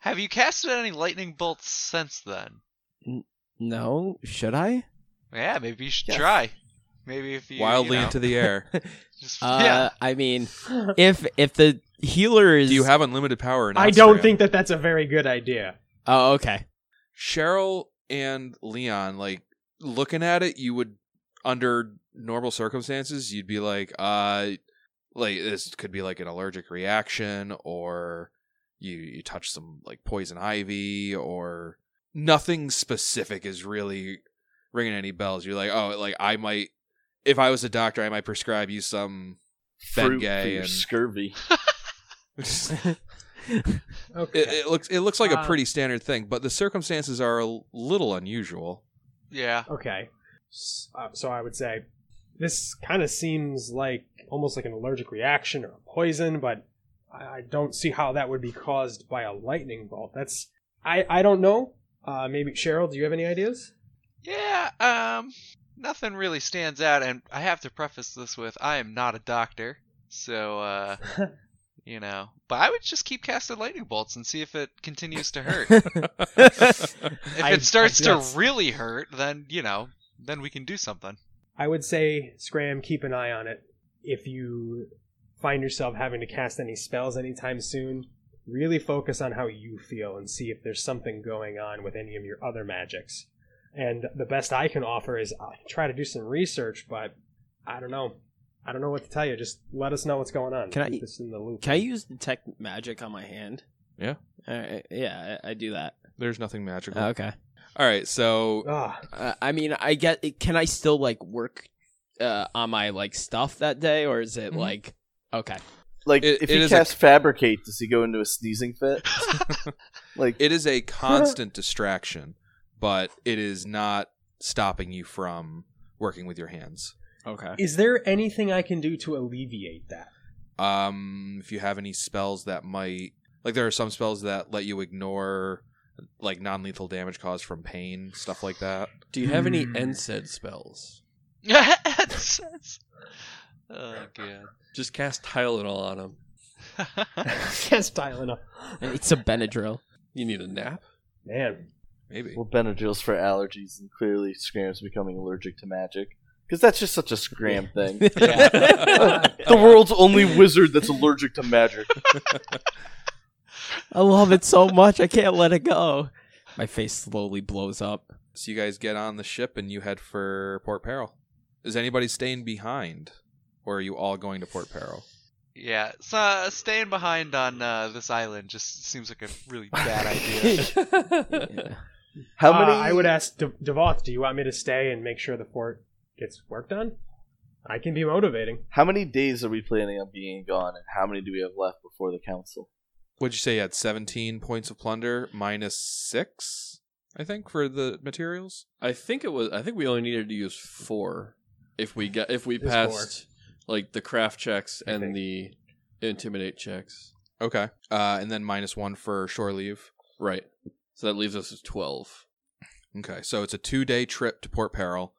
Speaker 2: Have you casted any lightning bolts since then?
Speaker 6: no, should I?
Speaker 2: Yeah, maybe you should
Speaker 5: Yes.
Speaker 2: try. Maybe if you
Speaker 1: wildly
Speaker 2: you know,
Speaker 1: into the
Speaker 6: <laughs>
Speaker 1: air.
Speaker 2: just,
Speaker 6: Uh,
Speaker 2: yeah.
Speaker 6: I mean, if if the healer is
Speaker 1: Do you have unlimited power? in
Speaker 3: <laughs> I don't
Speaker 1: Austria?
Speaker 3: think that that's a very good idea.
Speaker 1: <laughs>
Speaker 6: oh okay <laughs>
Speaker 1: Cheryl and Leon, like, looking at it, you would, under normal circumstances, you'd be like, uh, like, this could be like an allergic reaction or. you you touch some like poison ivy or nothing specific is really ringing any bells you're like oh like i might if i was a doctor i might prescribe you some <laughs> Ben
Speaker 5: Fruit
Speaker 1: Gay
Speaker 5: for your
Speaker 1: and-
Speaker 5: scurvy.
Speaker 1: it,
Speaker 3: Okay.
Speaker 1: it looks it looks like a
Speaker 3: Uh,
Speaker 1: pretty standard thing but the circumstances are a little unusual
Speaker 2: yeah.
Speaker 3: okay. S- uh, so I would say, This kind of seems like almost like an allergic reaction or a poison, but I I don't see how that would be caused by a lightning bolt. That's I I don't know. Uh, maybe Cheryl, do you have any ideas?
Speaker 2: Yeah, um, nothing really stands out, and I have to preface this with I am not a doctor, so, uh, you know, but I would just keep casting lightning bolts and see if it continues to hurt.
Speaker 1: <laughs>
Speaker 2: if
Speaker 1: I
Speaker 3: I- I
Speaker 2: it starts to
Speaker 3: guess.
Speaker 2: really hurt, then, you know, then we can
Speaker 1: <laughs>
Speaker 2: do something. <laughs>
Speaker 3: I would say, Scram, keep an eye on it. If you find yourself having to cast any spells anytime soon, really focus on how you feel and see if there's something going on with any of your other magics. And the best I can offer is I can try to do some research, but I don't know. I don't know what to tell you. Just let us know what's going on.
Speaker 6: Can I-
Speaker 3: Keep this in the loop?
Speaker 6: Can I use detect magic on my hand?
Speaker 1: Yeah.
Speaker 6: All right. Yeah, I, I do that.
Speaker 1: There's nothing magical.
Speaker 6: Okay.
Speaker 1: All right,
Speaker 3: <laughs>
Speaker 1: so
Speaker 3: Ah,
Speaker 6: Uh, I mean, I get. Can I still like work uh, on my like stuff that day, or is it
Speaker 1: Mhm.
Speaker 6: like okay?
Speaker 5: Like
Speaker 1: It- it
Speaker 5: if he
Speaker 1: is a-
Speaker 5: casts fabricate, does he go into a sneezing fit? <laughs> Like
Speaker 1: it is a constant distraction, but it is not stopping you from working with your hands.
Speaker 6: Okay.
Speaker 3: is there anything I can do to alleviate that? <laughs>
Speaker 1: Um, if you have any spells that might, like, there are some spells that let you ignore like non-lethal damage caused from pain, stuff like that.
Speaker 4: Do you have any
Speaker 3: Hmm.
Speaker 4: NSAID spells?
Speaker 2: oh, God.
Speaker 4: Just cast Tylenol on him.
Speaker 2: <laughs>
Speaker 3: yes, Tylenol.
Speaker 6: It's a Benadryl.
Speaker 4: You need a nap.
Speaker 3: Man,
Speaker 1: Maybe.
Speaker 5: well, Benadryl's for allergies, and clearly Scram's becoming allergic to magic because that's just such a Scram thing.
Speaker 6: <laughs>
Speaker 5: the world's only wizard that's allergic to magic.
Speaker 6: I love it so much. I can't let it go. My face slowly
Speaker 1: <laughs>
Speaker 6: blows up.
Speaker 1: So you guys get on the ship and you head for Port Peril. Is anybody staying behind, or are you all going to Port Peril?
Speaker 2: yeah, so uh, staying behind on uh, this island just seems like a
Speaker 3: <laughs>
Speaker 2: really bad idea.
Speaker 6: Yeah.
Speaker 5: How
Speaker 3: Uh,
Speaker 5: many?
Speaker 3: I would ask De- Devoth, do you want me to stay and make sure the fort gets work done? I can be motivating.
Speaker 5: How many days are we planning on being gone, and how many do we have left before the
Speaker 3: <laughs>
Speaker 5: council?
Speaker 1: Would you say you had 17 points of plunder minus six? I think for the materials.
Speaker 4: I think it was. I think we only needed to use four if we got if we
Speaker 3: It's
Speaker 4: passed like the craft checks
Speaker 3: I
Speaker 4: and
Speaker 3: think.
Speaker 4: the intimidate checks.
Speaker 1: Okay. Uh, and then minus one for shore leave.
Speaker 4: Right. So that leaves us with twelve.
Speaker 1: Okay, so it's a two day trip to Port Peril,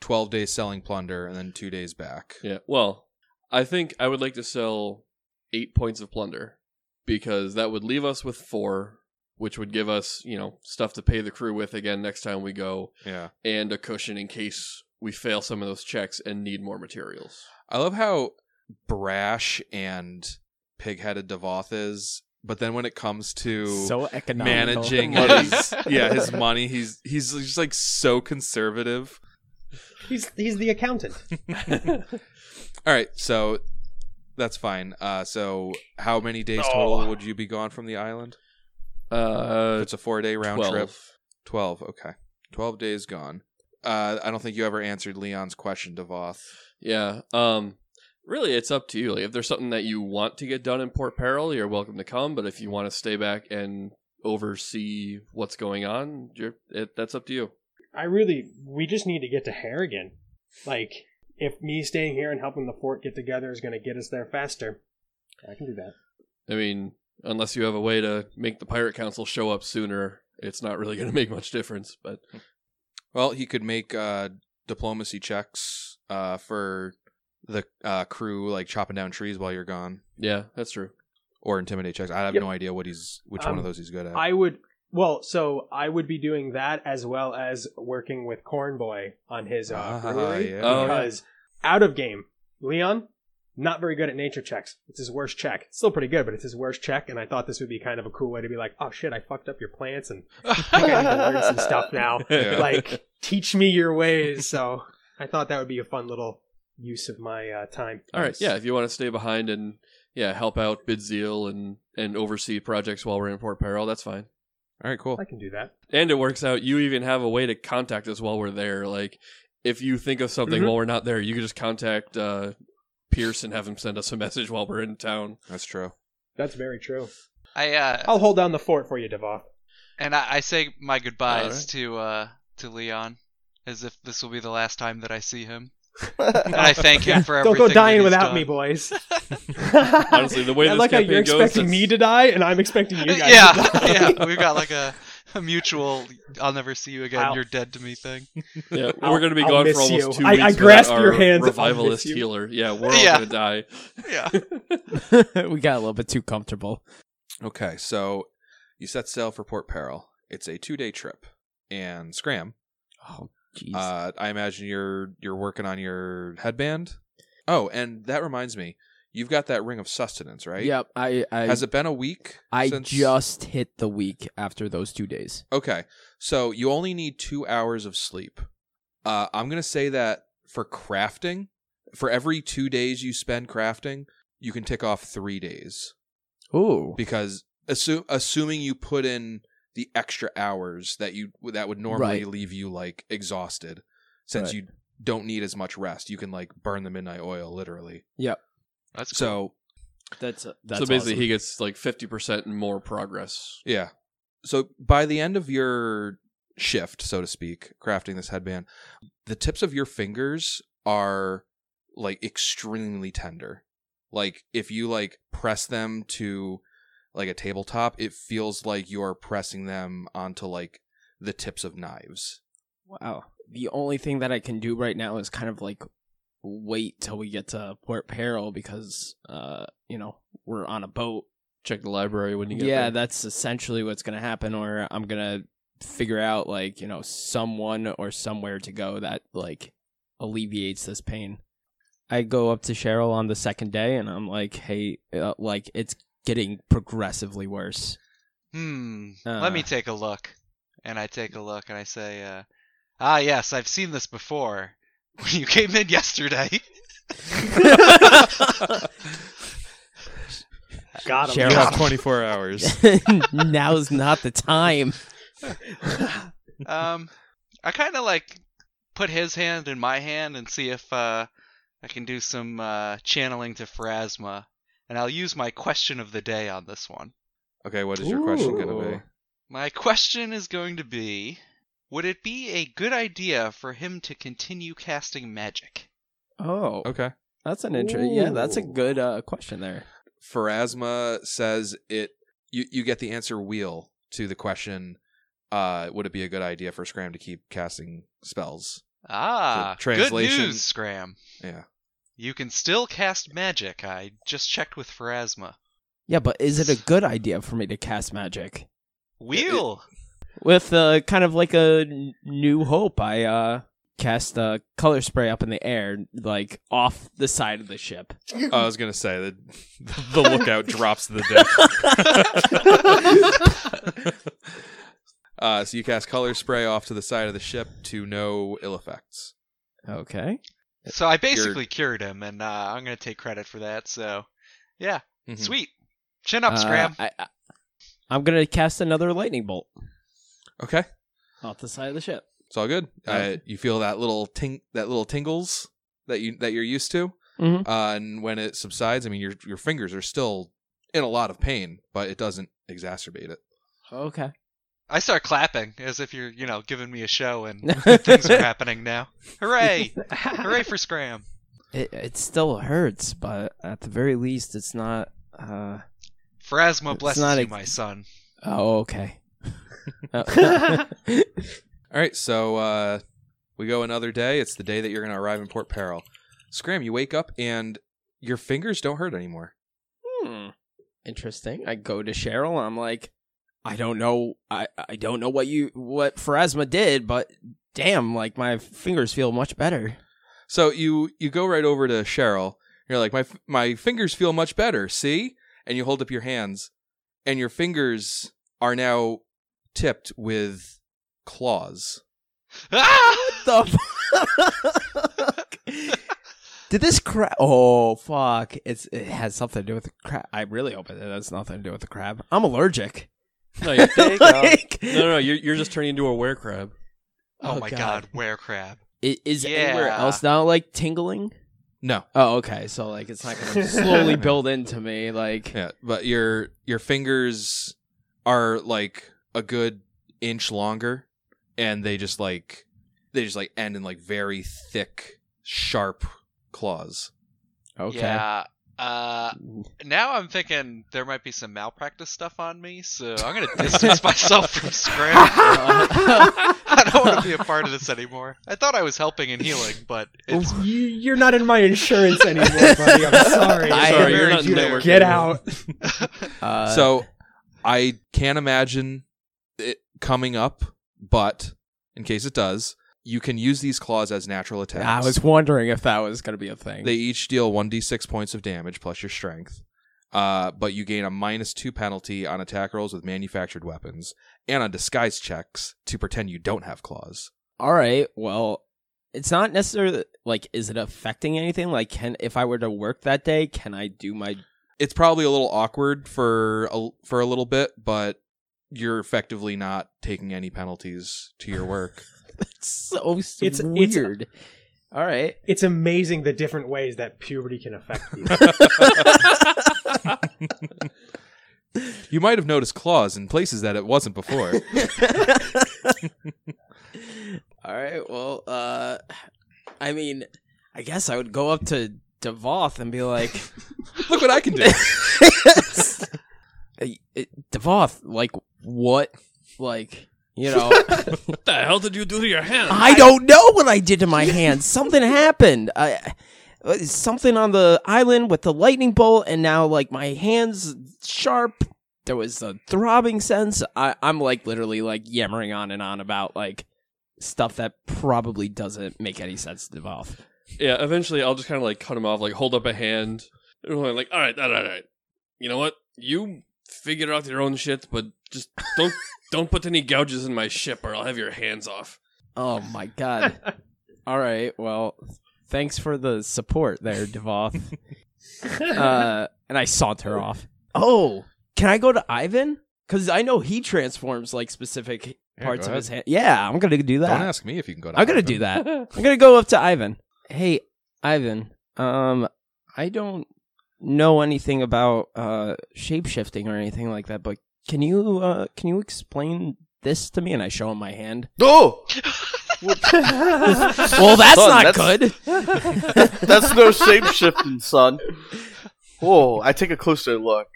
Speaker 1: twelve days selling plunder, and then two days back.
Speaker 4: Yeah. Well, I think I would like to sell eight points of plunder because that would leave us with four, which would give us, you know, stuff to pay the crew with again next time we go,
Speaker 1: Yeah.
Speaker 4: and a cushion in case we fail some of those checks and need more materials.
Speaker 1: I love how brash and pig headed Devoth is, but then when it comes to
Speaker 6: So economical.
Speaker 1: managing
Speaker 2: Money.
Speaker 1: his yeah, his money, he's he's just like so conservative.
Speaker 3: He's he's the accountant.
Speaker 1: All right, so that's fine. Uh so how many days
Speaker 3: Oh.
Speaker 1: total would you be gone from the island? If
Speaker 4: Uh,
Speaker 1: it's a four day round trip.
Speaker 4: 12.
Speaker 1: 12 okay 12 days gone uh, i don't think you ever answered leon's question devoth
Speaker 4: Yeah. Um really it's up to you. Like if there's something that you want to get done in Port Peril, you're welcome to come, but if you want to stay back and oversee what's going on, you're, it, that's up to you.
Speaker 3: <laughs> I really we just need to get to Harrigan. Like if me staying here and helping the fort get together is going to get us there faster, I can do that.
Speaker 4: I mean, unless you have a way to make the pirate council show up sooner, it's not really going to <laughs> make much difference, but
Speaker 1: well he could make uh, diplomacy checks uh, for the uh, crew like chopping down trees while you're gone
Speaker 4: yeah,
Speaker 1: <laughs>
Speaker 4: that's true.
Speaker 1: or intimidate checks i have
Speaker 3: Yep.
Speaker 1: no idea what he's which one
Speaker 3: Um,
Speaker 1: of those he's good at
Speaker 3: I would well, so I would be doing that as well as working with Cornboy on his uh,
Speaker 1: Ah,
Speaker 3: brewery
Speaker 1: yeah.
Speaker 4: Oh, yeah.
Speaker 3: because out of game, Leon not very good at nature checks. It's his worst check. It's still pretty good, but it's his worst check. And I thought this would be kind of a cool way to be like, oh shit, I fucked up your plants and I think I need to learn some
Speaker 4: <laughs>
Speaker 3: stuff now.
Speaker 1: Yeah.
Speaker 3: Like, teach me your ways. So I thought that would be a fun little use of my uh, time.
Speaker 4: All right,
Speaker 1: Nice.
Speaker 4: yeah, if you want to stay behind and yeah, help out Bid Zeal and and oversee projects while we're in Port Peril, that's fine.
Speaker 1: all right cool
Speaker 3: I can do that.
Speaker 4: And it works out you even have a way to contact us while we're there. Like if you think of something
Speaker 3: Mhm.
Speaker 4: while we're not there, you can just contact uh Pierce and have him send us a <laughs> message while we're in town.
Speaker 3: <laughs>
Speaker 1: that's true
Speaker 3: That's very true.
Speaker 2: I uh,
Speaker 3: I'll hold down the fort for you, Devoth.
Speaker 2: And I, I say my goodbyes
Speaker 4: Alright.
Speaker 2: to uh, to Leon, as if this will be the last time that I see him. And
Speaker 3: <laughs>
Speaker 2: I thank him for
Speaker 3: Don't
Speaker 2: everything.
Speaker 3: go
Speaker 2: that
Speaker 3: dying
Speaker 2: he's
Speaker 3: without
Speaker 2: done. <laughs>
Speaker 3: me, boys.
Speaker 4: <laughs>
Speaker 3: <laughs>
Speaker 4: Honestly, the way
Speaker 3: I
Speaker 4: this
Speaker 3: like how
Speaker 4: campaign
Speaker 3: you're
Speaker 4: goes,
Speaker 3: expecting
Speaker 4: that's-
Speaker 3: me to die, and I'm expecting you guys.
Speaker 2: yeah,
Speaker 3: to die.
Speaker 2: yeah. We've got like a, a mutual "I'll never see you again.
Speaker 3: Ow.
Speaker 2: You're dead to me"
Speaker 3: <laughs>
Speaker 2: thing.
Speaker 4: <laughs> Yeah,
Speaker 3: I'll-
Speaker 4: we're gonna be
Speaker 3: I'll
Speaker 4: gone for
Speaker 3: miss
Speaker 4: almost
Speaker 3: you.
Speaker 4: two
Speaker 3: I- I
Speaker 4: weeks. without
Speaker 3: grasp your
Speaker 4: our
Speaker 3: hands, I'll miss
Speaker 4: revivalist
Speaker 3: you. <laughs>
Speaker 4: healer. Yeah, we're all
Speaker 2: Yeah.
Speaker 4: gonna die.
Speaker 2: Yeah.
Speaker 6: <laughs> we got a little bit too comfortable.
Speaker 1: Okay, so you set sail for Port Peril. It's a two day trip. And Scram,
Speaker 6: Oh, jeez.
Speaker 1: uh, I imagine you're you're working on your headband. Oh, and that reminds me, you've got that ring of sustenance, right?
Speaker 6: Yep. I I
Speaker 1: Has it been a week?
Speaker 6: I
Speaker 1: since-
Speaker 6: just hit the week after those two days.
Speaker 1: Okay. So you only need two hours of sleep. Uh, I'm gonna say that for crafting, for every two days you spend crafting, you can tick off three days.
Speaker 6: Ooh.
Speaker 1: because assume, assuming you put in the extra hours that you that would normally
Speaker 6: Right.
Speaker 1: leave you like exhausted since
Speaker 6: Right.
Speaker 1: you don't need as much rest you can like burn the midnight oil literally
Speaker 2: That's cool.
Speaker 1: so
Speaker 6: That's that's
Speaker 4: so basically, he gets like fifty percent more progress.
Speaker 1: yeah so by the end of your shift so to speak crafting this headband the tips of your fingers are like extremely tender like if you like press them to like a tabletop it feels like you're pressing them onto like the tips of knives
Speaker 6: wow. The only thing that I can do right now is kind of like wait till we get to Port Peril because uh you know we're on a boat.
Speaker 4: Check the library when you get
Speaker 6: Yeah,
Speaker 4: there.
Speaker 6: that's essentially what's gonna happen. Or I'm gonna figure out like you know someone or somewhere to go that like alleviates this pain. I go up to Cheryl on the second day and I'm like, hey, uh, like it's getting progressively worse.
Speaker 2: hmm.
Speaker 6: Uh,
Speaker 2: Let me take a look. And I take a look and I say, uh, "Ah, yes, I've seen this before. <laughs> When you came in yesterday."
Speaker 3: Got him. <laughs>
Speaker 6: Cheryl.
Speaker 3: Got him.
Speaker 1: 24 hours
Speaker 6: <laughs> Now's not the time.
Speaker 2: um, I kind of like put his hand in my hand and see if uh, I can do some uh, channeling to Phrasma, and I'll use my question of the day on this one.
Speaker 1: okay what is your question gonna be
Speaker 3: Ooh.
Speaker 2: My question is going to be: Would it be a good idea for him to continue casting magic?
Speaker 6: Oh,
Speaker 1: okay
Speaker 6: that's an interesting. Yeah, that's a
Speaker 3: Ooh.
Speaker 6: good uh, question there.
Speaker 1: Pharasma says it you, you get the answer wheel to the question uh would it be a good idea for Scram to keep casting spells?
Speaker 2: Ah,
Speaker 1: So translation-
Speaker 2: good news, Scram.
Speaker 1: Yeah.
Speaker 2: You can still cast magic. I just checked with Phrasma.
Speaker 6: Yeah, but is it a good idea for me to cast magic?
Speaker 2: Wheel.
Speaker 6: with uh, kind of like a n- new hope i uh cast uh, color spray up in the air like off the side of the ship
Speaker 1: I was gonna say that <laughs> the lookout drops the deck. <laughs> uh so you cast color spray off to the side of the ship to no ill effects.
Speaker 6: okay
Speaker 2: so I basically cured him, and uh, I'm gonna take credit for that. So, yeah,
Speaker 1: Mhm.
Speaker 2: sweet. Chin up, Scram.
Speaker 6: Uh, I, I, i'm gonna cast another lightning bolt
Speaker 1: Okay.
Speaker 6: off the side of the ship
Speaker 1: It's all good. Uh,
Speaker 6: Okay.
Speaker 1: you feel that little ting that little tingles that you that you're used to.
Speaker 6: Mhm.
Speaker 1: Uh, and when it subsides, I mean your your fingers are still in a lot of pain, but it doesn't exacerbate it.
Speaker 6: okay
Speaker 2: I start clapping as if you're, you know, giving me a show and things are happening now.
Speaker 6: <laughs>
Speaker 2: Hooray! Hooray for Scram.
Speaker 6: it, it still hurts but at the very least it's not uh
Speaker 2: Phrasma
Speaker 6: It's
Speaker 2: blesses
Speaker 6: not
Speaker 2: you,
Speaker 6: ex-
Speaker 2: my son. <laughs>
Speaker 6: oh <laughs> okay Hmm.
Speaker 1: All right, so uh, we go another day. It's the day that you're going to arrive in Port Peril. Scram, you wake up and your fingers don't hurt anymore.
Speaker 6: Hmm. Interesting. I go to Cheryl. I'm like, I don't know. I, I don't know what you what Phrasma did, but damn, like my fingers feel much better. <laughs>
Speaker 1: So you you go right over to Cheryl. You're like, my f- my fingers feel much better. See? And you hold up your hands, and your fingers are now tipped with claws.
Speaker 2: Ah!
Speaker 6: The fuck? did this crab? Oh fuck! It's it has something to do with the crab. I really hope it has nothing to do with the crab. I'm allergic.
Speaker 4: No, you're-
Speaker 5: <laughs> There you go.
Speaker 6: <laughs> Like-
Speaker 4: no, no, no, you're, you're just turning into a werecrab.
Speaker 2: Oh, my god, where crab.
Speaker 6: I- Is anywhere
Speaker 2: Yeah.
Speaker 6: else now like tingling?
Speaker 1: No,
Speaker 6: Oh, okay. So like it's not gonna
Speaker 3: <laughs>
Speaker 6: slowly build into me. Like
Speaker 1: yeah, but your your fingers are like a good inch longer, and they just like they just like end in like very thick sharp claws.
Speaker 3: <laughs>
Speaker 6: Okay.
Speaker 2: Yeah. Uh, now I'm thinking there might be some malpractice stuff on me, so I'm gonna distance myself from
Speaker 6: <laughs>
Speaker 2: Scram. I don't want to be a part of this anymore. I thought I was helping and healing, but it's
Speaker 3: You, you're not in my insurance anymore, buddy.
Speaker 6: <laughs>
Speaker 3: I'm sorry.
Speaker 6: I
Speaker 1: Sorry,
Speaker 2: you're not in
Speaker 3: You to
Speaker 2: network
Speaker 3: Get
Speaker 4: anymore.
Speaker 3: out.
Speaker 6: <laughs> Uh,
Speaker 1: so I can't imagine it coming up, but in case it does, you can use these claws as natural attacks.
Speaker 6: I was wondering if that was going to be a thing.
Speaker 1: They each deal 1d6 points of damage plus your strength, uh, but you gain a minus 2 penalty on attack rolls with manufactured weapons and on disguise checks to pretend you don't have claws.
Speaker 6: All right. Well, it's not necessarily like is it affecting anything? Like, can if I were to work that day, can I do my? <laughs>
Speaker 1: It's probably a little awkward for a, for a little bit, but you're effectively not taking any penalties to your
Speaker 6: <laughs>
Speaker 1: work.
Speaker 6: That's so s-
Speaker 3: It's- it's-
Speaker 6: weird. All right.
Speaker 3: It's amazing the different ways that puberty can affect you.
Speaker 1: you might have noticed claws in places that it wasn't before.
Speaker 6: <laughs> All right. Well, uh, I mean, I guess I would go up to Devoth and be like,
Speaker 1: Look what I can do.
Speaker 6: <laughs> "Hey, it- Devoth, like what? Like you know,
Speaker 4: What the hell did you do to your hand?
Speaker 6: I don't know what I did to my hand. Something happened. I." uh, Something on the island with the lightning bolt, and now like my hands sharp. There was a throbbing sense. I, I'm like literally like yammering on and on about like stuff that probably doesn't make any sense to Devoth.
Speaker 4: Yeah, eventually I'll just kind of like cut him off, like hold up a hand. And I'm like, all right, all right, all right. You know what? You figure out your own shit, but just don't <laughs> don't put any gouges in my ship, or I'll have your hands off.
Speaker 6: Oh my god. All right. Well, thanks for the support there, Devoth. uh, and I saunter off. Oh, can I go to Ivan? Because I know he transforms like specific
Speaker 1: Yeah,
Speaker 6: parts
Speaker 1: go
Speaker 6: of his hand. Yeah, I'm gonna do
Speaker 1: Don't
Speaker 6: that.
Speaker 1: ask me if you can go to
Speaker 6: I'm gonna
Speaker 1: Ivan.
Speaker 6: do that. I'm gonna go up to Ivan. Hey, Ivan. Um, I don't know anything about uh shapeshifting or anything like that, but can you uh can you explain this to me? And I show him
Speaker 5: <laughs>
Speaker 6: my hand.
Speaker 3: <laughs>
Speaker 5: Oh,
Speaker 6: Well, that's
Speaker 5: Son, that's-
Speaker 6: not good.
Speaker 5: <laughs> that's no shape shifting, son. Whoa, I take a closer look.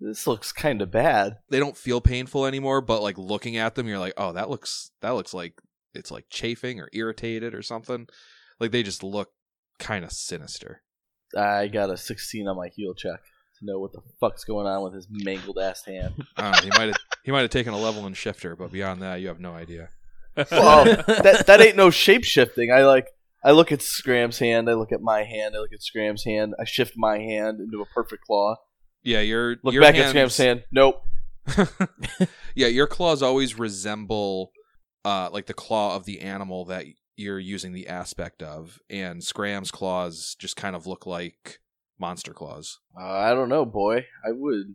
Speaker 5: This looks kind of bad.
Speaker 1: they don't feel painful anymore but like looking at them you're like oh that looks that looks like it's like chafing or irritated or something like they just look kind of sinister
Speaker 5: I got a 16 on my heel check to know what the fuck's going on with his mangled ass hand.
Speaker 1: I don't know, he might have <laughs> he might have taken a level in shifter but beyond that you have no idea
Speaker 5: Well, that that ain't no shape shifting. I like I look at Scram's hand, I look at my hand, I look at Scram's hand, I shift my hand into a perfect claw.
Speaker 1: yeah your
Speaker 5: Look
Speaker 1: your
Speaker 5: back at
Speaker 1: hands,
Speaker 5: Scram's hand. Nope.
Speaker 1: <laughs> yeah your claws always resemble uh like the claw of the animal that you're using the aspect of and scram's claws just kind of look like monster claws
Speaker 5: Uh, I don't know, boy. I would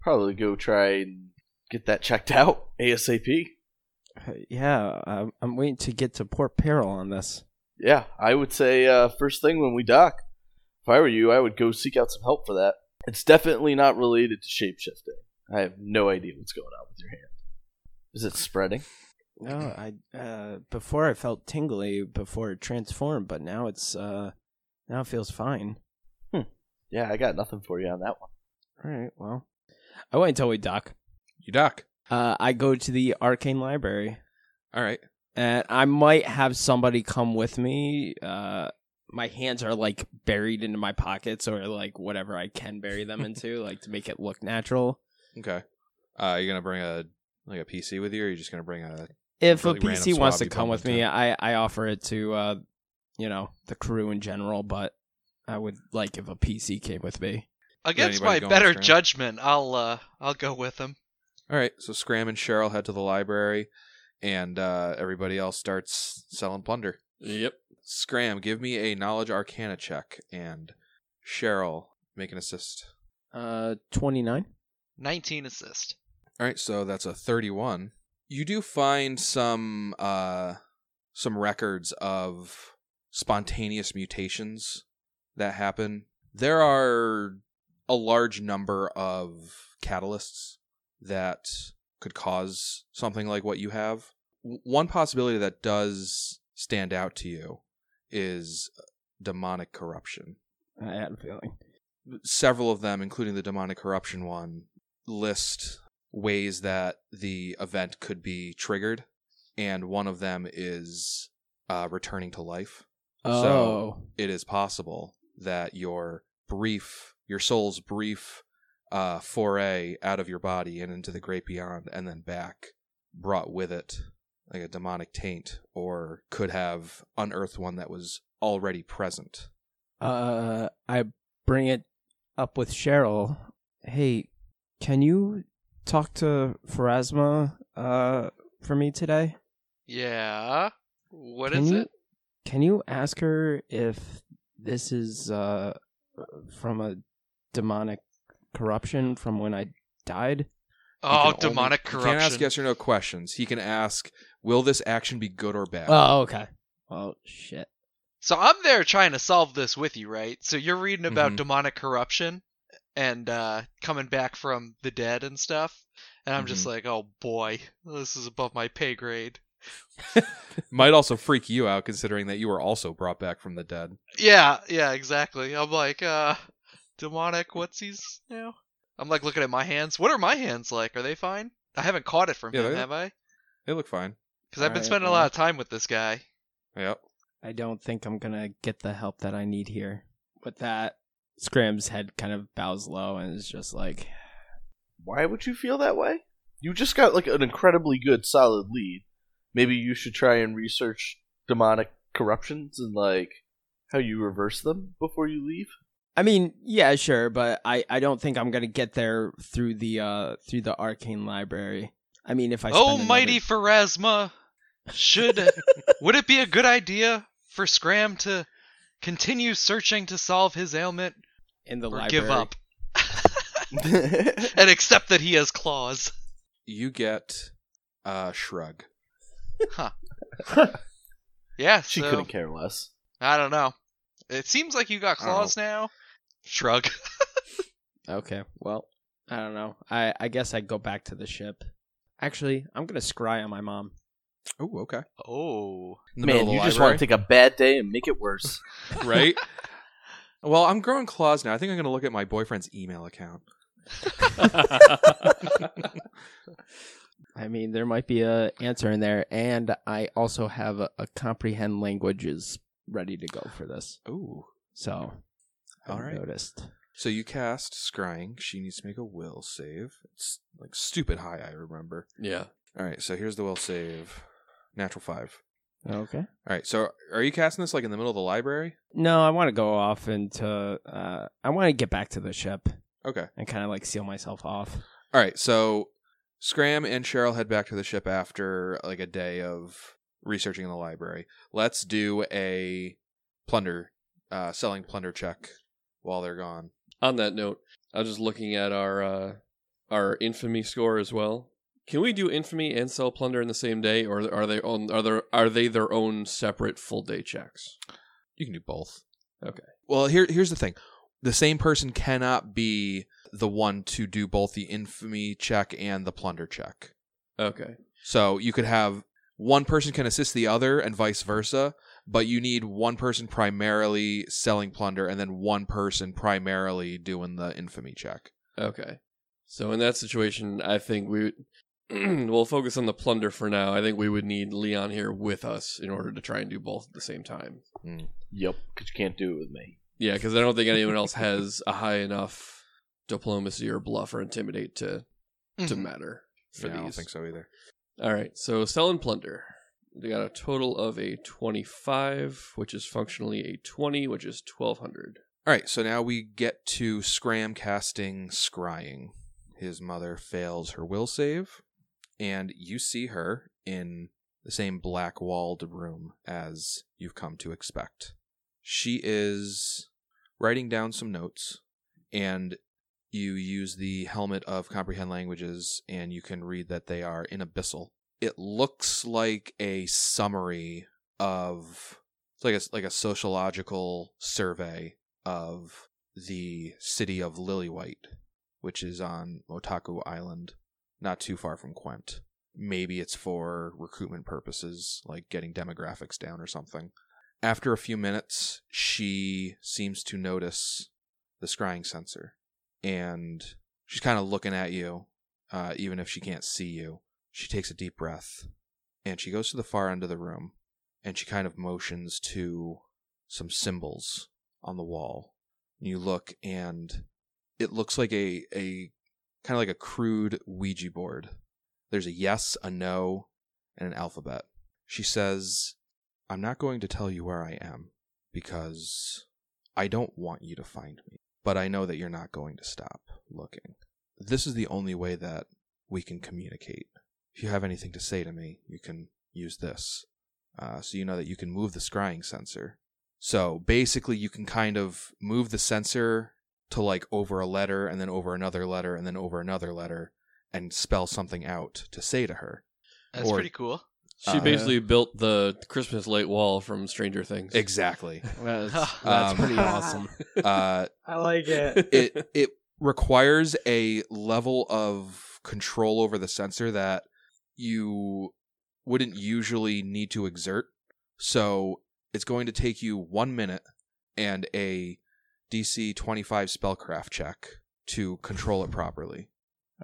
Speaker 5: probably go try and get that checked out <laughs> ASAP.
Speaker 6: <laughs> yeah, I'm, I'm waiting to get to Port Peril on this.
Speaker 5: Yeah, I would say uh, first thing when we dock. If I were you, I would go seek out some help for that. It's definitely not related to shapeshifting. I have no idea what's going on with your hand. Is it spreading?
Speaker 6: No, I uh, before I felt tingly before it transformed, but now it's uh, now it feels fine.
Speaker 5: Yeah, I got nothing for you on that one.
Speaker 6: All right, well, I wait until we dock.
Speaker 1: you doc
Speaker 6: Uh, I go to the arcane library,
Speaker 1: all right
Speaker 6: and I might have somebody come with me. Uh, my hands are like buried into my pockets, or like whatever I can
Speaker 1: <laughs>
Speaker 6: bury them into, like to make it look natural.
Speaker 1: Okay. Uh, you gonna bring a like a PC with you, or are you just gonna bring a?
Speaker 6: if a
Speaker 1: really random
Speaker 6: PC wants
Speaker 1: swab you
Speaker 6: to come
Speaker 1: bump
Speaker 6: with me,
Speaker 1: into.
Speaker 6: I, I offer it to uh, you know the crew in general, but I would like if a PC came with me.
Speaker 2: <laughs> against
Speaker 1: anybody
Speaker 2: my
Speaker 1: going with
Speaker 2: better
Speaker 1: Scram?
Speaker 2: judgment. I'll uh, I'll go with him.
Speaker 1: All right. So Scram and Cheryl head to the library, and uh, everybody else starts selling plunder.
Speaker 4: Yep.
Speaker 1: Scram, give me a knowledge arcana check, and Cheryl make an assist.
Speaker 6: Uh, twenty nine.
Speaker 2: 19 assist.
Speaker 1: All right. So that's a thirty-one. You do find some uh, some records of spontaneous mutations that happen. There are a large number of catalysts that could cause something like what you have. W- One possibility that does stand out to you is demonic corruption.
Speaker 6: I had a feeling.
Speaker 1: Several of them, including the demonic corruption one, list ways that the event could be triggered, and one of them is uh, returning to life.
Speaker 6: Oh,
Speaker 1: So- it is possible that your brief, your soul's brief uh, foray out of your body and into the great beyond and then back brought with it like a demonic taint or could have unearthed one that was already present.
Speaker 6: uh, I bring it up with Cheryl. Hey, can you talk to Pharasma uh, for me today?
Speaker 2: Yeah. What is
Speaker 6: Can you-
Speaker 2: it?
Speaker 6: Can you ask her if this is uh, from a demonic corruption from when I died?
Speaker 2: Oh,
Speaker 1: can only-
Speaker 2: demonic
Speaker 1: He
Speaker 2: corruption.
Speaker 1: can't ask yes or no questions. He can ask, will this action be good or bad?
Speaker 6: Oh, okay. Oh shit.
Speaker 2: So I'm there trying to solve this with you, right? So you're reading about
Speaker 1: Mhm.
Speaker 2: demonic corruption and uh, coming back from the dead and stuff, and I'm just like, oh boy, this is above my pay grade.
Speaker 1: Might also freak you out considering that you were also brought back from the dead.
Speaker 2: Yeah, yeah, exactly. I'm like, uh, demonic. What's he's now? I'm like looking at my hands. What are my hands like? Are they fine? I haven't caught it from
Speaker 1: Yeah,
Speaker 2: him,
Speaker 1: they're-
Speaker 2: have I?
Speaker 1: They look fine.
Speaker 2: Because I've been
Speaker 6: Alright,
Speaker 2: spending a
Speaker 6: well.
Speaker 2: lot of time with this guy.
Speaker 1: Yep.
Speaker 6: I don't think I'm gonna get the help that I need here. With that, Scram's head kind of bows low and is just like,
Speaker 5: Why would you feel that way? You just got like an incredibly good, solid lead. Maybe you should try and research demonic corruptions and like how you reverse them before you leave. <laughs>
Speaker 6: I mean, yeah, sure, but I, I don't think I'm gonna get there through the uh through the arcane library. I mean, if I spend
Speaker 2: Oh, mighty
Speaker 6: another-
Speaker 2: Pharasma, should would it be a good idea for Scram to continue searching to solve his ailment
Speaker 6: in the
Speaker 2: or
Speaker 6: library,
Speaker 2: give up and accept that he has claws?
Speaker 1: You get uh, shrug.
Speaker 2: Yeah,
Speaker 5: she
Speaker 2: so,
Speaker 5: couldn't care less.
Speaker 2: I don't know. It seems like you got
Speaker 1: I don't
Speaker 2: claws now. Shrug.
Speaker 6: Okay, well, I don't know. I I guess I go back to the ship. Actually, I'm gonna scry on my mom.
Speaker 1: Oh, okay.
Speaker 2: Oh.
Speaker 1: In the
Speaker 5: Man, you
Speaker 1: middle of the
Speaker 5: just
Speaker 1: library.
Speaker 5: want to take a bad day and make it worse.
Speaker 1: right? Well, I'm growing claws now. I think I'm going to look at my boyfriend's email account.
Speaker 6: I mean, there might be a answer in there, and I also have a, a comprehend languages ready to go for this.
Speaker 1: Ooh.
Speaker 6: So, I
Speaker 1: All right.
Speaker 6: noticed.
Speaker 1: So you cast scrying. She needs to make a will save. It's like stupid high, I remember.
Speaker 4: Yeah.
Speaker 1: All right, so here's the will save. Natural 5.
Speaker 6: Okay.
Speaker 1: All right, so are you casting this like in the middle of the library?
Speaker 6: No, I want to go off into. Uh, I want to get back to the ship
Speaker 1: Okay.
Speaker 6: and kind of like seal myself off.
Speaker 1: All right, so Scram and Cheryl head back to the ship after like a day of researching in the library. Let's do a plunder, uh, selling plunder check while they're gone.
Speaker 4: On that note, I was just looking at our uh, our infamy score as well. Can we do infamy and sell plunder in the same day, or are they on are there are they their own separate full day checks?
Speaker 1: You can do both.
Speaker 4: Okay.
Speaker 1: Well, here here's the thing. The same person cannot be the one to do both the infamy check and the plunder check.
Speaker 4: Okay.
Speaker 1: So you could have one person can assist the other and vice versa, but you need one person primarily selling plunder and then one person primarily doing the infamy check.
Speaker 4: Okay. So in that situation, I think we <clears throat> we'll focus on the plunder for now. I think we would need Leon here with us in order to try and do both at the same time.
Speaker 5: yep, because you can't do it with me.
Speaker 4: Yeah, because I don't think anyone else has a high enough diplomacy or bluff or intimidate to to
Speaker 2: Mhm.
Speaker 4: matter for
Speaker 1: Mm-hmm. Yeah, I
Speaker 4: these.
Speaker 1: don't think so either.
Speaker 4: All right, so sell and plunder. They got a total of a twenty-five, which is functionally a twenty, which is twelve hundred.
Speaker 1: All right, so now we get to Scram casting Scrying. His mother fails her will save, and you see her in the same black walled room as you've come to expect. She is writing down some notes, and you use the helmet of comprehend languages, and you can read that they are in abyssal. It looks like a summary of it's like a like a sociological survey of the city of Lilywhite, which is on Otaku Island, not too far from Quent. Maybe it's for recruitment purposes, like getting demographics down or something. After a few minutes, she seems to notice the scrying sensor, and she's kind of looking at you, uh, even if she can't see you. She takes a deep breath, and she goes to the far end of the room, and she kind of motions to some symbols on the wall. You look, and it looks like a a kind of like a crude Ouija board. There's a yes, a no, and an alphabet. She says, I'm not going to tell you where I am because I don't want you to find me, but I know that you're not going to stop looking. This is the only way that we can communicate. If you have anything to say to me, you can use this. Uh, so you know that you can move the scrying sensor. So basically, you can kind of move the sensor to like over a letter and then over another letter and then over another letter and spell something out to say to her.
Speaker 2: <laughs> That's
Speaker 1: Or-
Speaker 2: pretty cool.
Speaker 4: She
Speaker 1: Uh,
Speaker 4: basically built the Christmas light wall from Stranger Things.
Speaker 1: Exactly. <laughs>
Speaker 6: Well, that's,
Speaker 1: Um,
Speaker 6: that's pretty awesome.
Speaker 1: uh,
Speaker 3: I like it.
Speaker 1: it it requires a level of control over the sensor that you wouldn't usually need to exert. So it's going to take you one minute and a DC 25 spellcraft check to control it properly.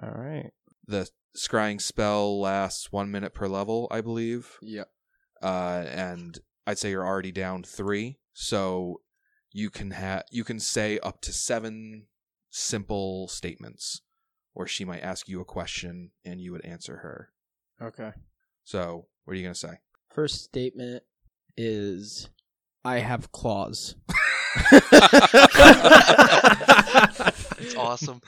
Speaker 5: All right.
Speaker 1: The scrying spell lasts one minute per level, I believe.
Speaker 6: Yep.
Speaker 1: Uh, and I'd say you're already down three, so you can ha- you can say up to seven simple statements, or she might ask you a question and you would answer her.
Speaker 6: Okay.
Speaker 1: So what are you gonna say?
Speaker 6: First statement is I have <laughs> claws.
Speaker 2: It's awesome.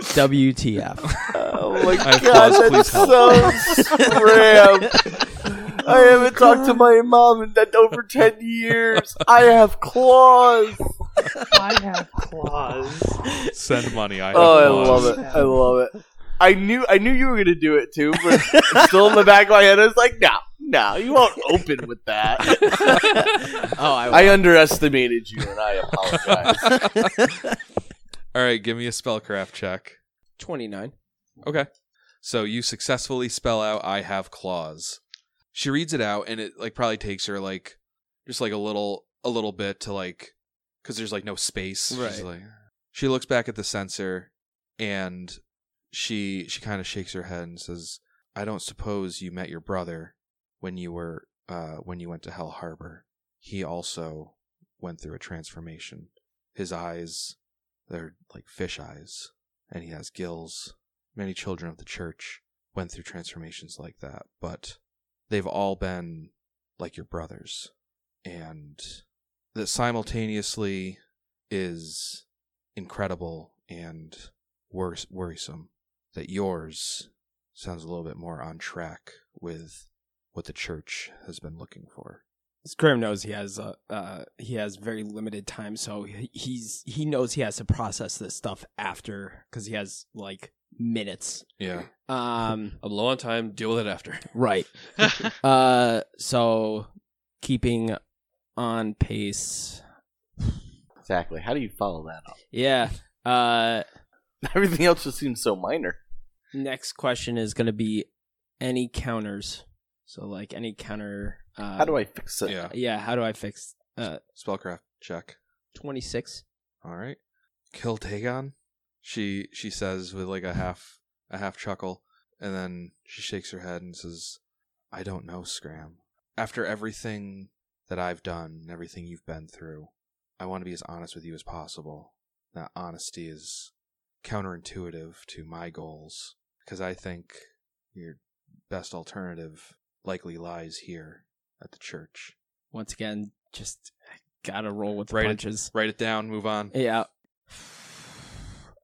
Speaker 6: WTF.
Speaker 1: <laughs>
Speaker 5: Oh my
Speaker 1: have
Speaker 5: god,
Speaker 1: claws, please
Speaker 5: that's
Speaker 1: help.
Speaker 5: so
Speaker 1: <laughs>
Speaker 5: scram. I haven't talked to my mom in that over ten years. I have claws.
Speaker 3: I have claws.
Speaker 1: <laughs> Send money. I
Speaker 5: Oh, I love it. I love it. I knew I knew you were gonna do it too, but it's still in the back of my head, I was like, no, no, you won't open with that.
Speaker 6: <laughs> oh, I,
Speaker 5: I underestimated you, and I apologize.
Speaker 1: <laughs> All right, give me a spellcraft check.
Speaker 6: 29.
Speaker 1: Okay. So you successfully spell out I have claws. She reads it out and it like probably takes her like just like a little a little bit to like cuz there's like no space. She's
Speaker 6: Right.
Speaker 1: like- she looks back at the sensor and she she kind of shakes her head and says, "I don't suppose you met your brother when you were uh when you went to Hell Harbor. He also went through a transformation. His eyes they're like fish eyes and he has gills." many children of the church went through transformations like that, but they've all been like your brothers. And that simultaneously is incredible and worse, worrisome. That yours sounds a little bit more on track with what the church has been looking for.
Speaker 6: Scrim knows he has uh, uh, he has very limited time, so he- he's he knows he has to process this stuff after because he has like minutes.
Speaker 1: Yeah.
Speaker 5: <laughs>
Speaker 6: Um,
Speaker 4: I'm low on time. Deal with it after. <laughs>
Speaker 6: right. Uh, so keeping on pace.
Speaker 5: <laughs> Exactly. How do you follow that up? <laughs>
Speaker 6: Yeah. Uh,
Speaker 5: Everything else just seems so minor.
Speaker 6: next question is going to be any counters. So like any counter. Uh,
Speaker 5: How do I fix it?
Speaker 1: yeah.
Speaker 6: Yeah. How do I fix
Speaker 1: Spellcraft check.
Speaker 6: twenty six?
Speaker 1: All right. Kill Dagon? She she says with like a half a half chuckle, and then she shakes her head and says, "I don't know, Scram. After everything that I've done, and everything you've been through, I want to be as honest with you as possible. That honesty is counterintuitive to my goals because I think your best alternative likely lies here at the church.
Speaker 6: Once again, just gotta roll with the
Speaker 1: Right.
Speaker 6: punches.
Speaker 1: Write it down. Move on.
Speaker 6: Yeah.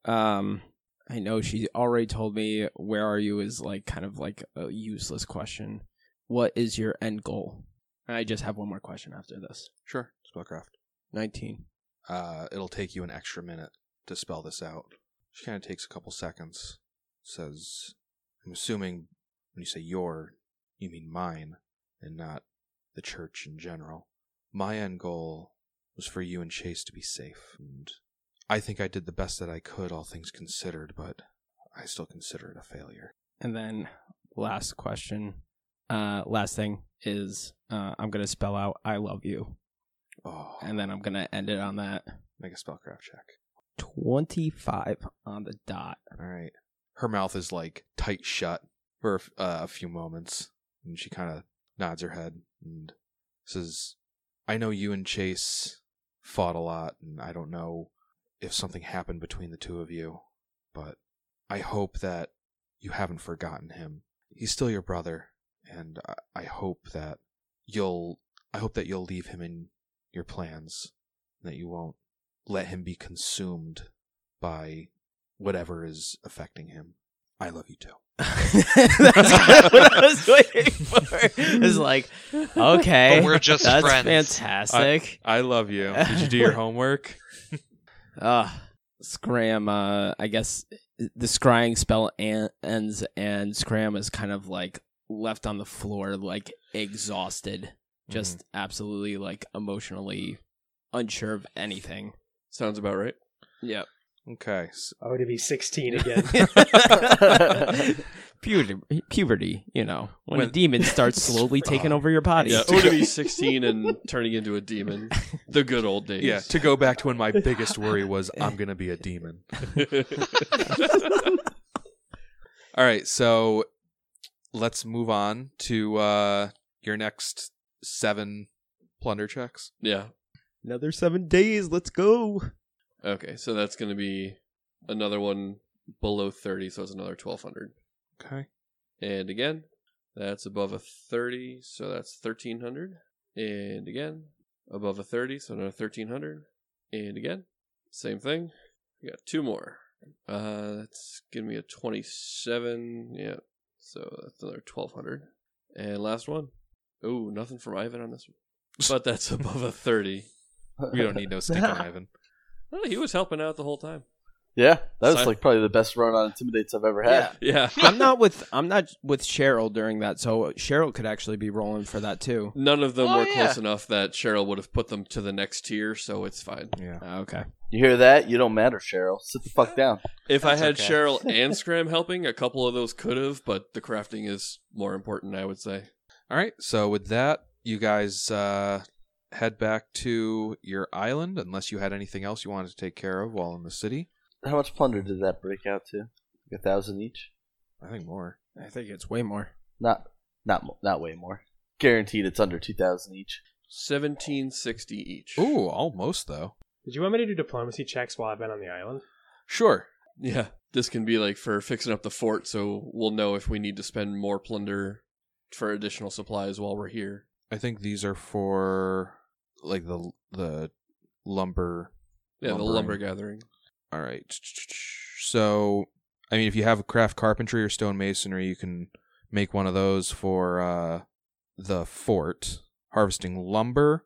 Speaker 6: Um, I know she already told me where are you is like kind of like a useless question. What is your end goal? And I just have one more question after this.
Speaker 1: Sure. Spellcraft.
Speaker 6: Nineteen.
Speaker 1: Uh, it'll take you an extra minute to spell this out. She kind of takes a couple seconds. Says, I'm assuming when you say your, you mean mine, and not the church in general. My end goal was for you and Chase to be safe, and I think I did the best that I could, all things considered, but I still consider it a failure.
Speaker 6: And then last question. Uh, last thing is uh, I'm gonna spell out "I love you,"
Speaker 1: Oh,
Speaker 6: and then I'm gonna end it on that
Speaker 1: make a spellcraft check.
Speaker 6: twenty-five on the dot.
Speaker 1: All right. Her mouth is like tight shut for a f- uh, a few moments, and she kind of nods her head and says, "I know you and Chase fought a lot, and I don't know if something happened between the two of you, but I hope that you haven't forgotten him. He's still your brother, and I, I hope that you'll I hope that you'll leave him in your plans, and that you won't let him be consumed by whatever is affecting him. I love you too.
Speaker 6: That's kind of what I was waiting for. It's like, okay,
Speaker 2: But we're just
Speaker 6: that's
Speaker 2: friends.
Speaker 6: fantastic.
Speaker 1: I love you. Did you do your homework?
Speaker 6: Uh, Scram, uh, I guess the scrying spell an- ends, and Scram is kind of like left on the floor, like exhausted, just
Speaker 2: Mm-hmm.
Speaker 6: absolutely like emotionally unsure of anything.
Speaker 4: Sounds about right.
Speaker 2: <laughs>
Speaker 6: Yep.
Speaker 1: Mm-hmm. Okay. s-
Speaker 3: I would Oh, be 16 again.
Speaker 6: <laughs> puberty, puberty, you know, when, a
Speaker 1: When-
Speaker 2: <laughs>
Speaker 6: demon starts slowly taking over your body.
Speaker 4: Yeah,
Speaker 6: <laughs>
Speaker 4: only to be 16 and turning into a demon. The good old days.
Speaker 1: Yeah. To go back to when my biggest worry was, I'm gonna be a demon. All right. So let's move on to uh, your next seven plunder checks.
Speaker 4: yeah.
Speaker 6: Another seven days. Let's go.
Speaker 4: Okay, so that's going to be another one below 30, so it's another 1200.
Speaker 1: Okay.
Speaker 4: And again, that's above a 30, so that's 1300. And again, above a 30, so another 1300. And again, same thing. We got two more. Uh, that's giving me a 27. Yeah, so that's another 1200. And last one. Oh, nothing from Ivan on this one. But that's above a 30.
Speaker 1: We
Speaker 5: <laughs>
Speaker 1: don't need no stinking Ivan.
Speaker 4: Well, he was helping out the whole time.
Speaker 5: Yeah, that was
Speaker 4: Sign-
Speaker 5: like probably the best run on Intimidates I've ever had.
Speaker 4: Yeah.
Speaker 6: <laughs> I'm not with I'm not with Cheryl during that, so Cheryl could actually be rolling for that too.
Speaker 4: None of them
Speaker 2: Oh,
Speaker 4: were
Speaker 2: yeah.
Speaker 4: close enough that Cheryl would have put them to the next tier, so it's fine.
Speaker 1: Yeah.
Speaker 6: Oh, Okay.
Speaker 5: You hear that? You don't matter, Cheryl. Sit the fuck down.
Speaker 4: If I had
Speaker 2: That's okay.
Speaker 4: Cheryl and Scram helping, a couple of those could have, but the crafting is more important, I would say.
Speaker 1: All right. So with that, you guys uh, head back to your island, unless you had anything else you wanted to take care of while in the city.
Speaker 5: How much plunder did that break out to? Like a thousand each?
Speaker 1: I think more.
Speaker 6: I think it's way more.
Speaker 5: Not, not, mo- not way more. Guaranteed, it's under two thousand each. <laughs>
Speaker 4: Seventeen sixty each.
Speaker 1: Ooh, almost though.
Speaker 3: Did you want me to do diplomacy checks while I've been on the island?
Speaker 1: Sure.
Speaker 4: Yeah. This can be like for fixing up the fort, so we'll know if we need to spend more plunder for additional supplies while we're here.
Speaker 1: I think these are for like the the lumber.
Speaker 4: Yeah, the
Speaker 1: Lumbering.
Speaker 4: lumber gathering.
Speaker 1: All right. So, I mean, if you have craft carpentry or stone masonry, you can make one of those for uh, the fort. Harvesting lumber.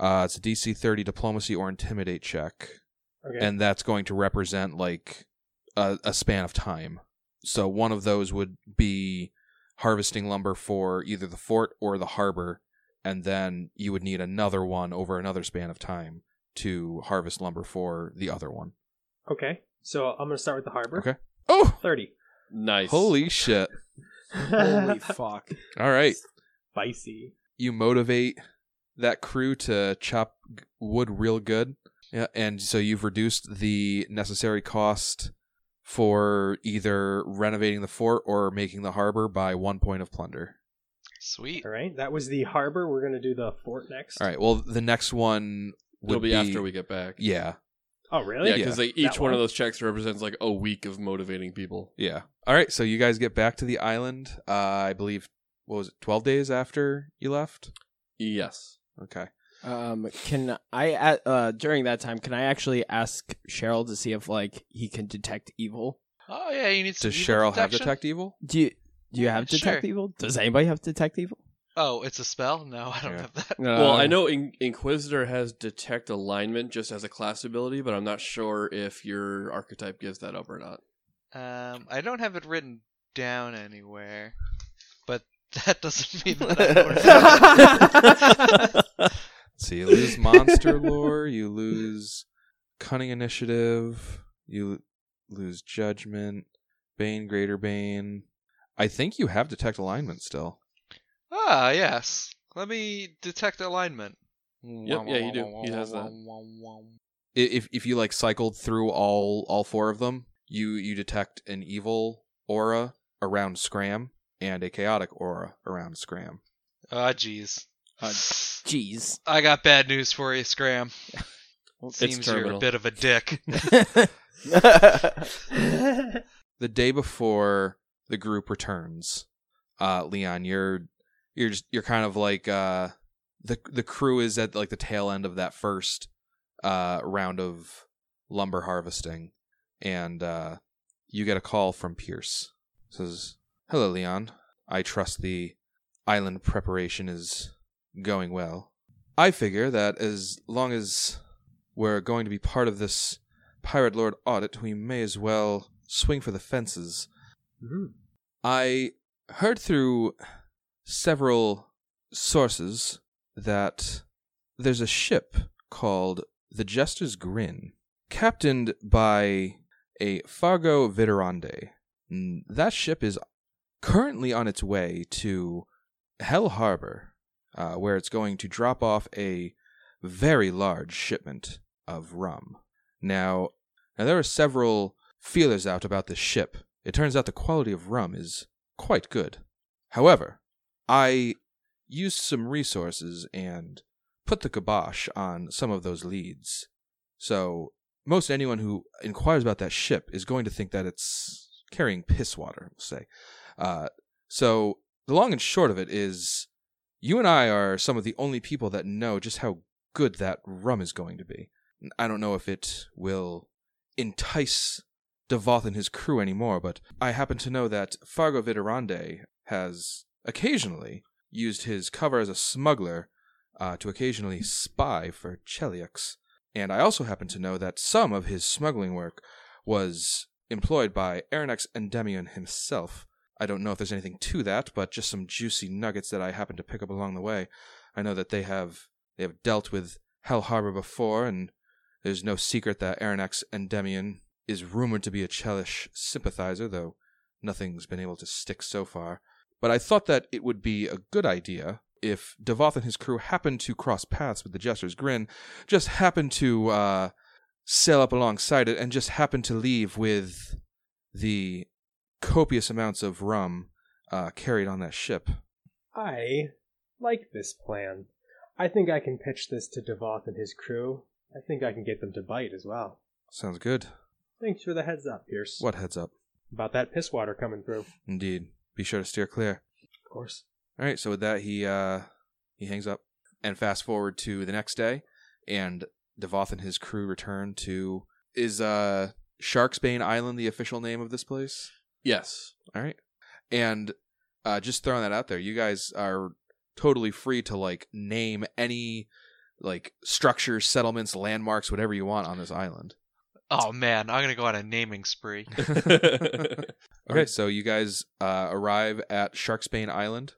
Speaker 1: Uh, it's a DC 30 diplomacy or intimidate check,
Speaker 3: Okay.
Speaker 1: and that's going to represent like a, a span of time. So one of those would be harvesting lumber for either the fort or the harbor, and then you would need another one over another span of time to harvest lumber for the other one.
Speaker 3: okay. So I'm going to start with the harbor.
Speaker 1: Okay. Oh,
Speaker 3: 30.
Speaker 4: Nice.
Speaker 1: holy shit!
Speaker 6: <laughs> Holy fuck.
Speaker 1: All right,
Speaker 3: <laughs> Spicy.
Speaker 1: you motivate that crew to chop g- wood real good, yeah, and so you've reduced the necessary cost for either renovating the fort or making the harbor by one point of plunder.
Speaker 2: <laughs> Sweet.
Speaker 3: All right. That was the harbor. We're going to do the fort next.
Speaker 1: All right. Well, the next one would
Speaker 4: It'll be, after we get back.
Speaker 1: Yeah.
Speaker 3: Oh, really?
Speaker 4: Yeah, because
Speaker 3: That
Speaker 4: each one,
Speaker 3: one?
Speaker 4: of those checks represents like a week of motivating people.
Speaker 1: Yeah. All right. So you guys get back to the island. Uh, I believe what was it? Twelve days after you left.
Speaker 4: Yes.
Speaker 1: Okay.
Speaker 6: Um can I uh, uh during that time can I actually ask Cheryl to see if like he can detect evil?
Speaker 2: Oh yeah, you need some.
Speaker 1: Does
Speaker 2: evil
Speaker 1: Cheryl have
Speaker 2: detection?
Speaker 1: detect evil?
Speaker 6: Do you do you have
Speaker 2: Sure.
Speaker 6: detect evil? Does anybody have detect evil?
Speaker 2: Oh, it's a spell. No, I don't
Speaker 1: Yeah.
Speaker 2: have that.
Speaker 4: Well, I know In- Inquisitor has detect alignment just as a class ability, but I'm not sure if your archetype gives that up or not.
Speaker 2: Um, I don't have it written down anywhere, but <laughs> that doesn't mean that I don't
Speaker 6: <laughs>
Speaker 4: <laughs>
Speaker 6: Uh,
Speaker 2: have it.
Speaker 1: So you lose monster lore. You lose cunning initiative. You l- lose judgment. Bane, greater bane. I think you have detect alignment still.
Speaker 2: Ah, yes. Let me detect alignment.
Speaker 4: Yep, yeah, you do. He has that.
Speaker 1: I- If if you like cycled through all all four of them, you you detect an evil aura around Scram and a chaotic aura around Scram.
Speaker 2: Ah, jeez.
Speaker 1: Uh,
Speaker 6: Jeez.
Speaker 2: I got bad news for you,
Speaker 4: <laughs>
Speaker 2: Scram. Seems you're a
Speaker 4: terminal.
Speaker 2: bit of a
Speaker 4: <laughs>
Speaker 2: dick.
Speaker 1: The day before the group returns, uh, Leon, you're you're just you're kind of like uh, the the crew is at like the tail end of that first uh, round of lumber harvesting, and uh, you get a call from Pierce. says, "Hello, Leon. I trust the island preparation is going well. I figure that as long as we're going to be part of this pirate lord audit, we may as well swing for the fences.
Speaker 3: Mhm.
Speaker 1: I heard through several sources that there's a ship called the Jester's Grin, captained by a Fargo Viderande. Mm, That ship is currently on its way to Hell Harbor, uh, where it's going to drop off a very large shipment of rum. Now, now there are several feelers out about this ship. It turns out the quality of rum is quite good. However, I used some resources and put the kibosh on some of those leads. So most anyone who inquires about that ship is going to think that it's carrying piss water, we'll say. Uh, so the long and short of it is you and I are some of the only people that know just how good that rum is going to be. I don't know if it will entice Devoth and his crew anymore, but I happen to know that Fargo Viderande has occasionally used his cover as a smuggler uh, to occasionally spy for Cheliux. And I also happen to know that some of his smuggling work was employed by Aronax Endymion himself. I don't know if there's anything to that, but just some juicy nuggets that I happened to pick up along the way. I know that they have they have dealt with Hell Harbor before, and there's no secret that Aronax Endymion is rumored to be a Chelish sympathizer, though nothing's been able to stick so far. But I thought that it would be a good idea if Devoth and his crew happened to cross paths with the Jester's Grin, just happened to uh, sail up alongside it, and just happened to leave with the copious amounts of rum uh, carried on that ship.
Speaker 3: I like this plan. I think I can pitch this to Devoth and his crew. I think I can get them to bite as well.
Speaker 1: Sounds good.
Speaker 3: Thanks for the heads up, Pierce.
Speaker 1: What heads up?
Speaker 3: About that piss water coming through. Of
Speaker 1: Indeed. Be sure to steer clear.
Speaker 3: course.
Speaker 1: All right, so with that, he uh, he hangs up, and fast forward to the next day, and Devoth and his crew return to is uh, Sharksbane Island the official name of this place?
Speaker 4: Yes. <laughs>
Speaker 1: All right, and uh, just throwing that out there, you guys are totally free to like name any like structures, settlements, landmarks, whatever you want on this island.
Speaker 2: oh man, I'm gonna go on a naming
Speaker 4: <laughs>
Speaker 2: spree.
Speaker 1: Okay, so you guys uh, arrive at Sharksbane Island.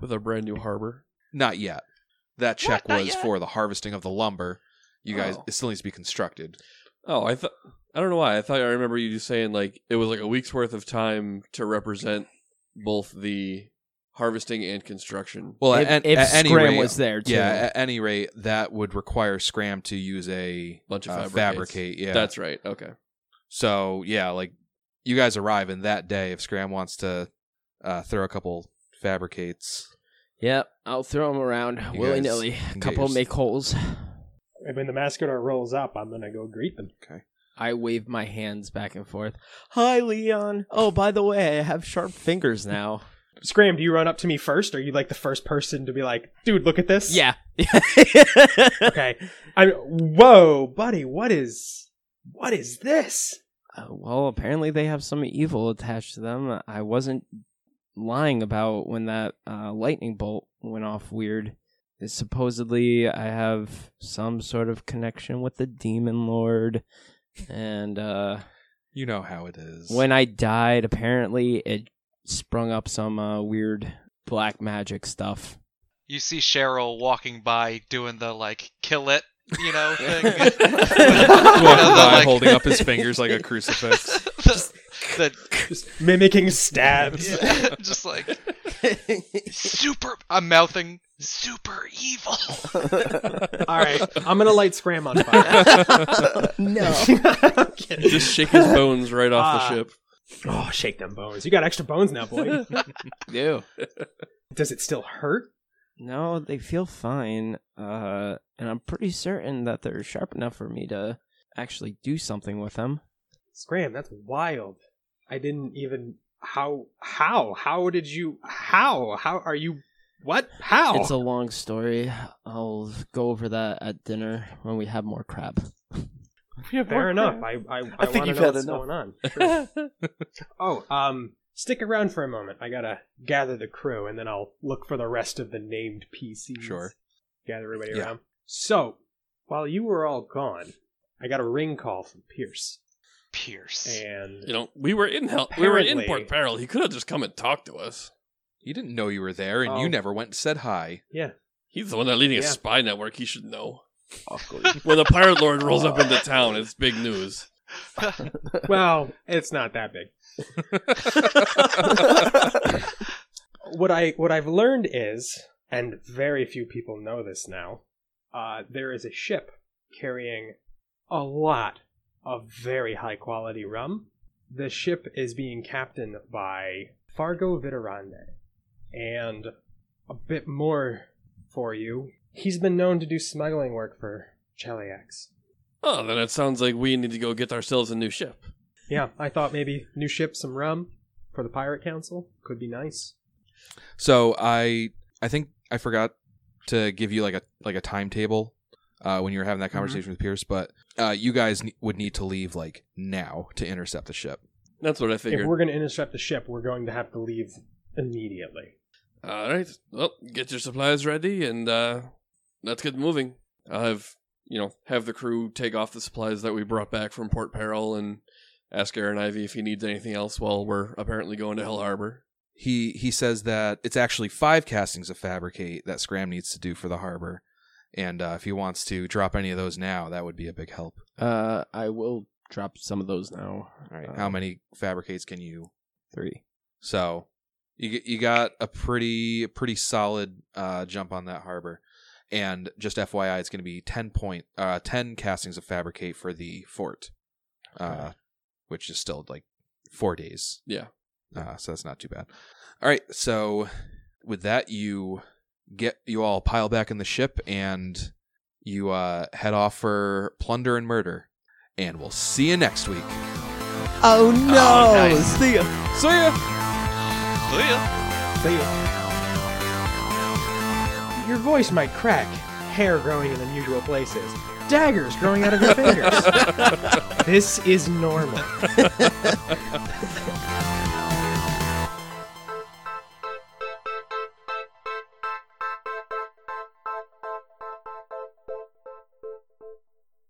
Speaker 4: With a brand new harbor.
Speaker 1: Not yet. That check
Speaker 2: What? Not
Speaker 1: was
Speaker 2: yet?
Speaker 1: for the harvesting of the lumber. You guys,
Speaker 4: Oh.
Speaker 1: it still needs to be constructed.
Speaker 4: Oh, I thought I don't know why. I thought I remember you saying like it was like a week's worth of time to represent both the harvesting and construction.
Speaker 1: Well,
Speaker 6: if
Speaker 1: at,
Speaker 6: if
Speaker 1: at any
Speaker 6: Scram
Speaker 1: rate,
Speaker 6: was there too.
Speaker 1: yeah, at any rate, that would require Scram to use a
Speaker 4: Bunch of
Speaker 1: uh,
Speaker 4: fabricates.
Speaker 1: fabricate. Yeah,
Speaker 4: That's right.
Speaker 1: <laughs>
Speaker 4: Okay.
Speaker 1: so yeah. Like you guys arrive in that day if Scram wants to uh, throw a couple fabricates.
Speaker 6: Yep. I'll throw them around
Speaker 1: You
Speaker 6: willy
Speaker 1: guys
Speaker 6: nilly.
Speaker 1: can
Speaker 6: A
Speaker 1: get
Speaker 6: couple
Speaker 1: your-
Speaker 6: make holes.
Speaker 3: And when the Mascador rolls up, I'm gonna go greet them.
Speaker 6: I wave my hands back and forth. Hi, Leon. Oh, by the way, I have sharp fingers now.
Speaker 3: Scram, do you run up to me first? Are you like the first person to be like, dude, look at this?
Speaker 6: yeah.
Speaker 3: Okay. I'm whoa, buddy, what is what is this?
Speaker 6: Uh, well, apparently they have some evil attached to them. I wasn't lying about when that uh, lightning bolt went off weird. Supposedly, I have some sort of connection with the demon lord. And uh,
Speaker 1: You know how it is.
Speaker 6: <laughs> when I died, apparently it sprung up some uh, weird black magic stuff.
Speaker 2: You see Cheryl walking by doing the like kill it,
Speaker 4: <laughs>
Speaker 2: you know, thing. <laughs>
Speaker 1: Walking
Speaker 2: Another,
Speaker 6: <laughs>
Speaker 1: by <laughs>
Speaker 2: like-
Speaker 1: holding up his fingers like a crucifix.
Speaker 2: the, the-
Speaker 3: Just mimicking stabs.
Speaker 2: <laughs> yeah, just like super. I'm mouthing super evil.
Speaker 3: All right, I'm gonna light Scram on fire.
Speaker 4: <laughs>
Speaker 3: <laughs>
Speaker 6: no.
Speaker 3: I'm kidding.
Speaker 4: Just shake his bones right off
Speaker 3: Ah.
Speaker 4: the ship.
Speaker 3: oh, shake them bones. You got extra bones now,
Speaker 5: <laughs>
Speaker 3: boy.
Speaker 6: Ew.
Speaker 3: Does it still hurt?
Speaker 6: No, they feel fine. Uh, and I'm pretty certain that they're sharp enough for me to actually do something with them.
Speaker 3: Scram, that's wild. I didn't even how how how did you how how are you what how
Speaker 6: It's a long story. I'll go over that at dinner when we have more crab.
Speaker 3: fair enough. I I, I,
Speaker 5: I
Speaker 3: want to
Speaker 5: think you've
Speaker 3: know
Speaker 5: had
Speaker 3: what's
Speaker 5: enough.
Speaker 3: going on. Sure.
Speaker 5: <laughs>
Speaker 3: oh, um, stick around for a moment. I gotta gather the crew, and then I'll look for the rest of the named PCs.
Speaker 1: Sure.
Speaker 3: Gather everybody
Speaker 1: Yeah.
Speaker 3: around. So while you were all gone, I got a ring call from Pierce,
Speaker 2: Pierce.
Speaker 3: and
Speaker 4: You know, we were in hell. We were in
Speaker 3: Apparently-
Speaker 4: Port Peril. He could have just come and talked to us.
Speaker 1: He didn't know you were there, and
Speaker 3: Oh.
Speaker 1: you never went and said hi.
Speaker 3: yeah,
Speaker 4: He's the one that's leading
Speaker 3: Yeah.
Speaker 4: a spy network. He should know.
Speaker 5: <laughs>
Speaker 4: <laughs> When the pirate lord rolls up into town, it's big news.
Speaker 3: well, it's not that big. what I what I've learned is, and very few people know this now, uh, there is a ship carrying a lot of very high quality rum. The ship is being captained by Fargo Vitarande, and a bit more for you. He's been known to do smuggling work for Cheliax.
Speaker 4: Oh, then it sounds like we need to go get ourselves a new ship.
Speaker 3: Yeah, I thought maybe new ship, some rum for the Pirate Council could be nice.
Speaker 1: So I I think I forgot to give you like a like a timetable uh, when you were having that conversation with Pierce, but uh, you guys ne- would need to leave like now to intercept the ship.
Speaker 4: That's what I
Speaker 3: If
Speaker 4: figured.
Speaker 3: we're going to intercept the ship, we're going to have to leave immediately.
Speaker 4: All right. Well, get your supplies ready and uh, let's get moving. I'll have you know have the crew take off the supplies that we brought back from Port Peril and ask Aaron Ivy if he needs anything else while we're apparently going to Hell Harbor.
Speaker 1: He he says that it's actually five castings of fabricate that Scram needs to do for the harbor, and uh, if he wants to drop any of those now, that would be a big help.
Speaker 6: Uh, I will drop some of those now.
Speaker 1: All right,
Speaker 6: Uh,
Speaker 1: how many fabricates can you
Speaker 6: Three.
Speaker 1: So you g- you got a pretty pretty solid uh, jump on that harbor. And just FYI, it's going to be ten point uh, ten castings of fabricate for the fort, uh, which is still like four days.
Speaker 4: Yeah.
Speaker 1: Uh, so that's not too bad. All right, so with that, you get you all pile back in the ship and you uh, head off for plunder and murder. And we'll see you next week.
Speaker 6: Oh
Speaker 2: no! nice.
Speaker 6: See ya.
Speaker 1: See ya.
Speaker 2: See ya.
Speaker 3: See Your voice might crack, hair growing in unusual places, daggers growing out of your fingers. this is normal.